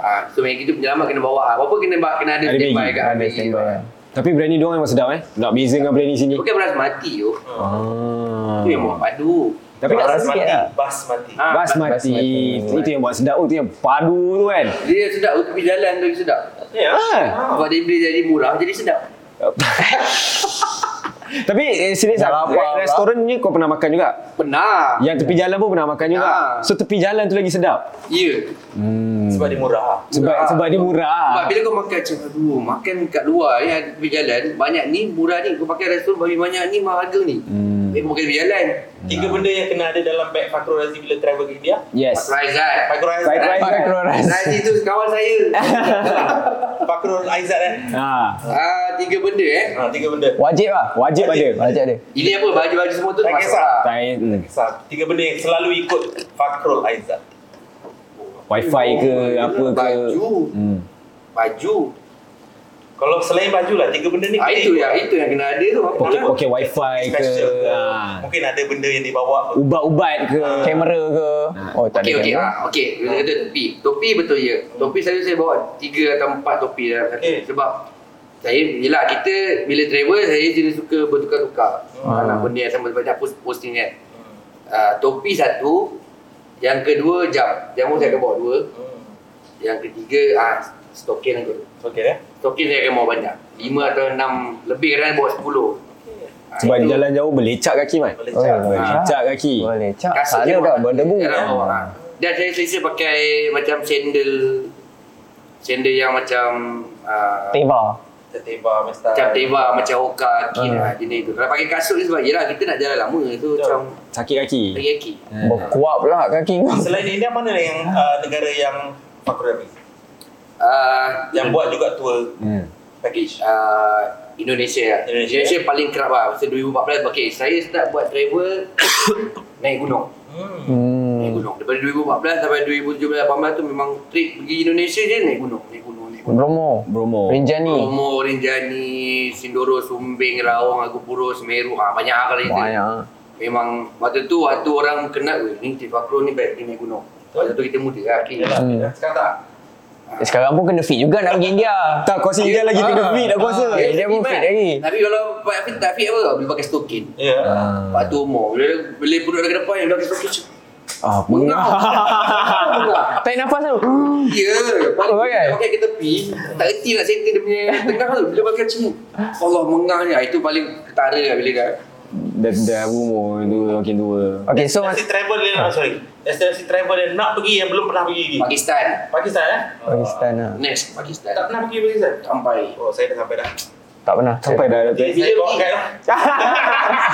Speaker 4: ah, So yang kita penyelamat kena bawa lah Apa-apa kena, ba- kena ada
Speaker 1: Ada
Speaker 4: standby
Speaker 1: Maggi,
Speaker 4: kat
Speaker 5: Ada standby.
Speaker 1: Tapi berani diorang memang sedap eh. Nak beza dengan berani sini.
Speaker 4: Bukan beras mati tu.
Speaker 1: Ah.
Speaker 4: Tu yang buat padu.
Speaker 1: Tapi nak
Speaker 3: Bas
Speaker 1: sikit
Speaker 3: mati,
Speaker 1: lah.
Speaker 3: bas mati.
Speaker 4: Ah,
Speaker 1: Basmati.
Speaker 5: basmati.
Speaker 1: Itu yang buat sedap. Oh, itu yang padu tu kan.
Speaker 4: Dia sedap untuk pergi jalan tu dia sedap.
Speaker 3: Ya.
Speaker 1: Ah.
Speaker 4: Sebab dia bila jadi murah jadi sedap.
Speaker 1: Tapi eh, serius
Speaker 5: Dah
Speaker 1: lah.
Speaker 5: lapar,
Speaker 1: re- Restoran ni kau pernah makan juga?
Speaker 4: Benar.
Speaker 1: Yang tepi jalan pun pernah makan juga.
Speaker 4: Ah.
Speaker 1: So tepi jalan tu lagi sedap.
Speaker 4: Ya.
Speaker 3: Sebab dia murah.
Speaker 1: Sebab
Speaker 4: Murah.
Speaker 1: sebab dia
Speaker 4: lah. Sebab
Speaker 1: murah.
Speaker 4: bila kau makan macam aduh makan kat luar ni ada tepi jalan banyak ni murah ni kau pakai restoran babi banyak ni mahal harga ni. Hmm. Eh makan tepi jalan.
Speaker 3: Tiga benda yang kena ada dalam beg Fakhrul Razi bila travel ke India.
Speaker 1: Yes.
Speaker 4: Raizat.
Speaker 3: Fakhrul
Speaker 1: Fried
Speaker 3: Aizat.
Speaker 1: rice.
Speaker 5: Macro rice.
Speaker 4: Raizat itu kawan saya.
Speaker 3: Fakhrul Aizat eh.
Speaker 1: Ha.
Speaker 4: Ah tiga benda eh.
Speaker 3: Ha, tiga benda.
Speaker 5: Wajib lah.
Speaker 1: Wajib ada.
Speaker 5: Wajib ada.
Speaker 4: Ini apa baju-baju semua tu
Speaker 3: Tak
Speaker 4: termasuk
Speaker 3: kisah.
Speaker 4: lah.
Speaker 1: Tai hmm,
Speaker 3: Sa- Tiga benda yang selalu ikut Fakhrul Aizat.
Speaker 1: wifi ke apa ke.
Speaker 4: Baju.
Speaker 1: Hmm.
Speaker 4: Baju.
Speaker 3: Kalau selain baju lah, tiga benda ni
Speaker 4: Ah,
Speaker 3: kita
Speaker 4: itu
Speaker 3: ikut.
Speaker 4: yang itu yang kena ada tu. Apa
Speaker 1: Okey
Speaker 4: lah.
Speaker 1: okey wifi ke.
Speaker 3: Special ke.
Speaker 1: Ha.
Speaker 3: Mungkin ada benda yang dibawa.
Speaker 1: Hmm. Ubat-ubat ke.
Speaker 5: Kamera ke. Oh tak
Speaker 4: Okey
Speaker 5: ada
Speaker 4: okey
Speaker 1: kan?
Speaker 5: kamera.
Speaker 4: ah okey bila kata topi. Topi betul ya. Topi saya saya bawa 3 atau 4 topi dalam satu
Speaker 3: Okey.
Speaker 4: sebab saya yelah kita bila travel saya jadi suka bertukar-tukar.
Speaker 5: Ah.
Speaker 4: Hmm. Anak benda yang sama banyak post posting kan. Uh, topi satu, yang kedua jam. Jam pun saya akan bawa dua.
Speaker 3: Hmm.
Speaker 4: Yang ketiga ah stokin aku.
Speaker 3: Okey eh.
Speaker 4: Stokin saya akan bawa banyak. 5 atau 6 lebih kadang bawa 10. Ah,
Speaker 1: Sebab
Speaker 4: itu.
Speaker 1: jalan jauh belecak kaki man.
Speaker 3: Boleh
Speaker 5: Oh,
Speaker 3: cakap.
Speaker 5: boleh.
Speaker 1: Belecak kaki.
Speaker 5: Boleh cak.
Speaker 4: Kasut
Speaker 5: Ada
Speaker 4: dia
Speaker 5: dah
Speaker 4: mahal.
Speaker 5: berdebu.
Speaker 4: Jarang bawa, ha. Dan saya selesa pakai macam sandal sandal yang macam uh,
Speaker 5: Teva.
Speaker 3: Tertebak, mesti.
Speaker 4: macam teba, macam hoka, kaki
Speaker 5: Ah.
Speaker 4: ha. jenis tu. Kalau pakai kasut ni sebab yelah kita nak jalan lama tu macam
Speaker 1: Sakit kaki.
Speaker 4: lagi kaki.
Speaker 5: Berkuap pula kaki kau.
Speaker 3: Selain India, mana yang uh, negara yang Fakhrul Razi?
Speaker 4: Uh,
Speaker 3: Yang buat juga tour
Speaker 1: Hmm.
Speaker 3: package.
Speaker 4: uh, Indonesia lah.
Speaker 3: Indonesia.
Speaker 4: Indonesia paling kerap lah. Masa 2014, okay, saya start buat travel naik gunung.
Speaker 3: Hmm.
Speaker 5: Hmm.
Speaker 4: Naik gunung. Daripada 2014 sampai 2017-18 tu memang trip pergi Indonesia je naik gunung. Naik gunung, naik gunung.
Speaker 5: Bromo.
Speaker 1: Bromo.
Speaker 5: Rinjani.
Speaker 4: Romo, Rinjani, Sindoro, Sumbing, Rawang, Agupuro, Semeru. Ha, banyak lah kalau kita.
Speaker 5: Banyak.
Speaker 4: Memang waktu tu waktu orang kenal weh ni Tif Afro ni baik pergi naik gunung. Waktu tu kita muda lah. Okay.
Speaker 3: Yalah,
Speaker 5: Hmm.
Speaker 3: Sekarang tak.
Speaker 5: Eh, Sekarang pun kena fit juga nak pergi India.
Speaker 1: Tak kau rasa India lagi kena fit aku rasa.
Speaker 5: Eh, dia pun fit lagi.
Speaker 4: Tapi kalau pakai fit tak fit apa tau bila pakai stokin.
Speaker 3: Ya.
Speaker 4: Lepas tu umur. Bila bila budak dah ke depan dia pakai stokin. cik,
Speaker 1: Ah,
Speaker 4: Bengau. Bengau.
Speaker 5: Tarik nafas tu.
Speaker 4: Ya, paling
Speaker 5: Oh, pakai?
Speaker 4: pakai? pakai ke tepi, tak reti nak setting dia punya tengah tu. Bila pakai macam ni, Allah mengahnya. Itu paling ketara lah bila dah.
Speaker 1: Dah dah umur dua makin tua.
Speaker 5: Okay, so
Speaker 3: Destinasi travel yang nak, sorry. Destinasi travel yang nak pergi yang belum pernah pergi lagi.
Speaker 4: Pakistan.
Speaker 3: Pakistan eh?
Speaker 5: Pakistan lah.
Speaker 4: Next,
Speaker 3: Ah, tak
Speaker 4: Pakistan.
Speaker 3: pernah pergi Pakistan?
Speaker 4: Sampai.
Speaker 3: Oh, saya dah sampai dah.
Speaker 5: Tak pernah.
Speaker 1: Sampai dah dah tu.
Speaker 3: Jadi saya bawa guide lah.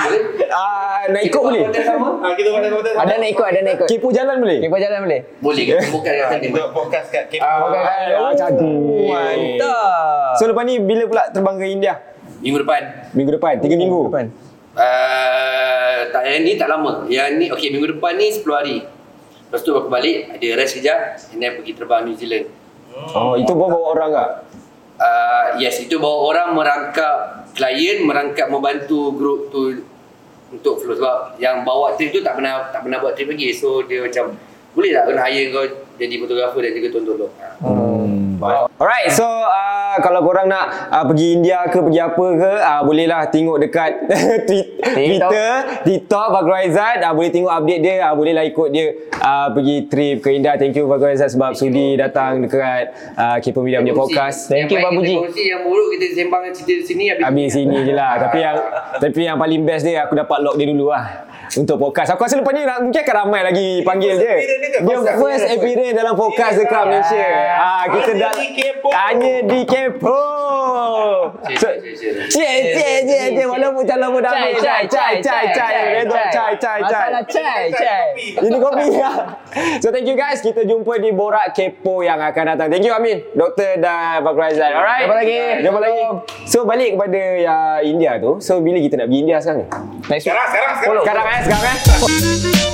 Speaker 4: Boleh?
Speaker 1: Ah, nak ikut boleh?
Speaker 4: Hotel sama?
Speaker 3: Ah, kita pandai kota.
Speaker 5: Ada nak ikut, ada nak ikut.
Speaker 1: Kipu jalan boleh?
Speaker 5: Kipas jalan boleh?
Speaker 4: Boleh ke?
Speaker 1: Eh?
Speaker 4: Bukan kat sana.
Speaker 3: Kita podcast kat Cape.
Speaker 4: Ah,
Speaker 5: Pakai
Speaker 1: Ah,
Speaker 5: jalan.
Speaker 1: ah, cantik.
Speaker 5: Mantap.
Speaker 1: So lepas ni bila pula terbang ke India?
Speaker 4: Minggu depan.
Speaker 1: Minggu depan, tiga minggu.
Speaker 5: Depan.
Speaker 4: Uh, tak, yang ni tak lama. Yang ni, okay, minggu depan ni 10 hari. Lepas tu aku balik, ada rest sekejap. And then pergi terbang New Zealand.
Speaker 1: Oh, itu pun bawa orang tak?
Speaker 4: Uh, yes, itu bawa orang merangkap klien, merangkap membantu group tu untuk flow sebab yang bawa trip tu tak pernah tak pernah buat trip lagi. So dia macam boleh tak kena hire kau jadi fotografer dan juga tuan-tuan tu. Ha.
Speaker 1: Alright, so uh, kalau korang nak uh, pergi India ke pergi apa ke, uh, bolehlah tengok dekat tweet, Twitter, TikTok Fakrul Aizat, uh, boleh tengok update dia, uh, bolehlah ikut dia uh, pergi trip ke India. Thank you Fakrul Aizat sebab sudi datang dekat uh, Kepo Media punya podcast.
Speaker 5: Thank you,
Speaker 4: Yang baik
Speaker 5: Babuji.
Speaker 4: kita kongsi, Yang buruk kita sembang cerita sini
Speaker 1: Habis sini je lah Tapi yang Tapi yang paling best dia Aku dapat lock dia dulu lah Untuk podcast Aku rasa lepas ni nak- Mungkin akan ramai lagi Panggil dia
Speaker 3: experience dia kat
Speaker 1: Dia
Speaker 3: podcast.
Speaker 1: first experience Dalam podcast dekat Malaysia ah, Kita
Speaker 3: Tanya
Speaker 1: dah
Speaker 3: di Kepo.
Speaker 1: Tanya di Kepo So
Speaker 4: Cik, cik, cik.
Speaker 1: Cik, cik, cik, cik Walaupun calon pun dah
Speaker 5: Cai,
Speaker 1: ambil.
Speaker 5: cai, cai, cai, cai,
Speaker 1: Dia tu, Cai, cai, cai
Speaker 5: Masalah cai, cai.
Speaker 1: Ini kopi ya. So thank you guys Kita jumpa di Borak Kepo Yang akan datang Thank you Amin Doktor dan Pak Raizal Alright
Speaker 5: Jumpa lagi.
Speaker 1: Jumpa lagi So balik kepada ya, yang India tu So bila kita nak pergi India sekarang ni?
Speaker 5: Next
Speaker 3: Sekarang, sekarang, sekarang.
Speaker 1: Sekarang eh Sekarang eh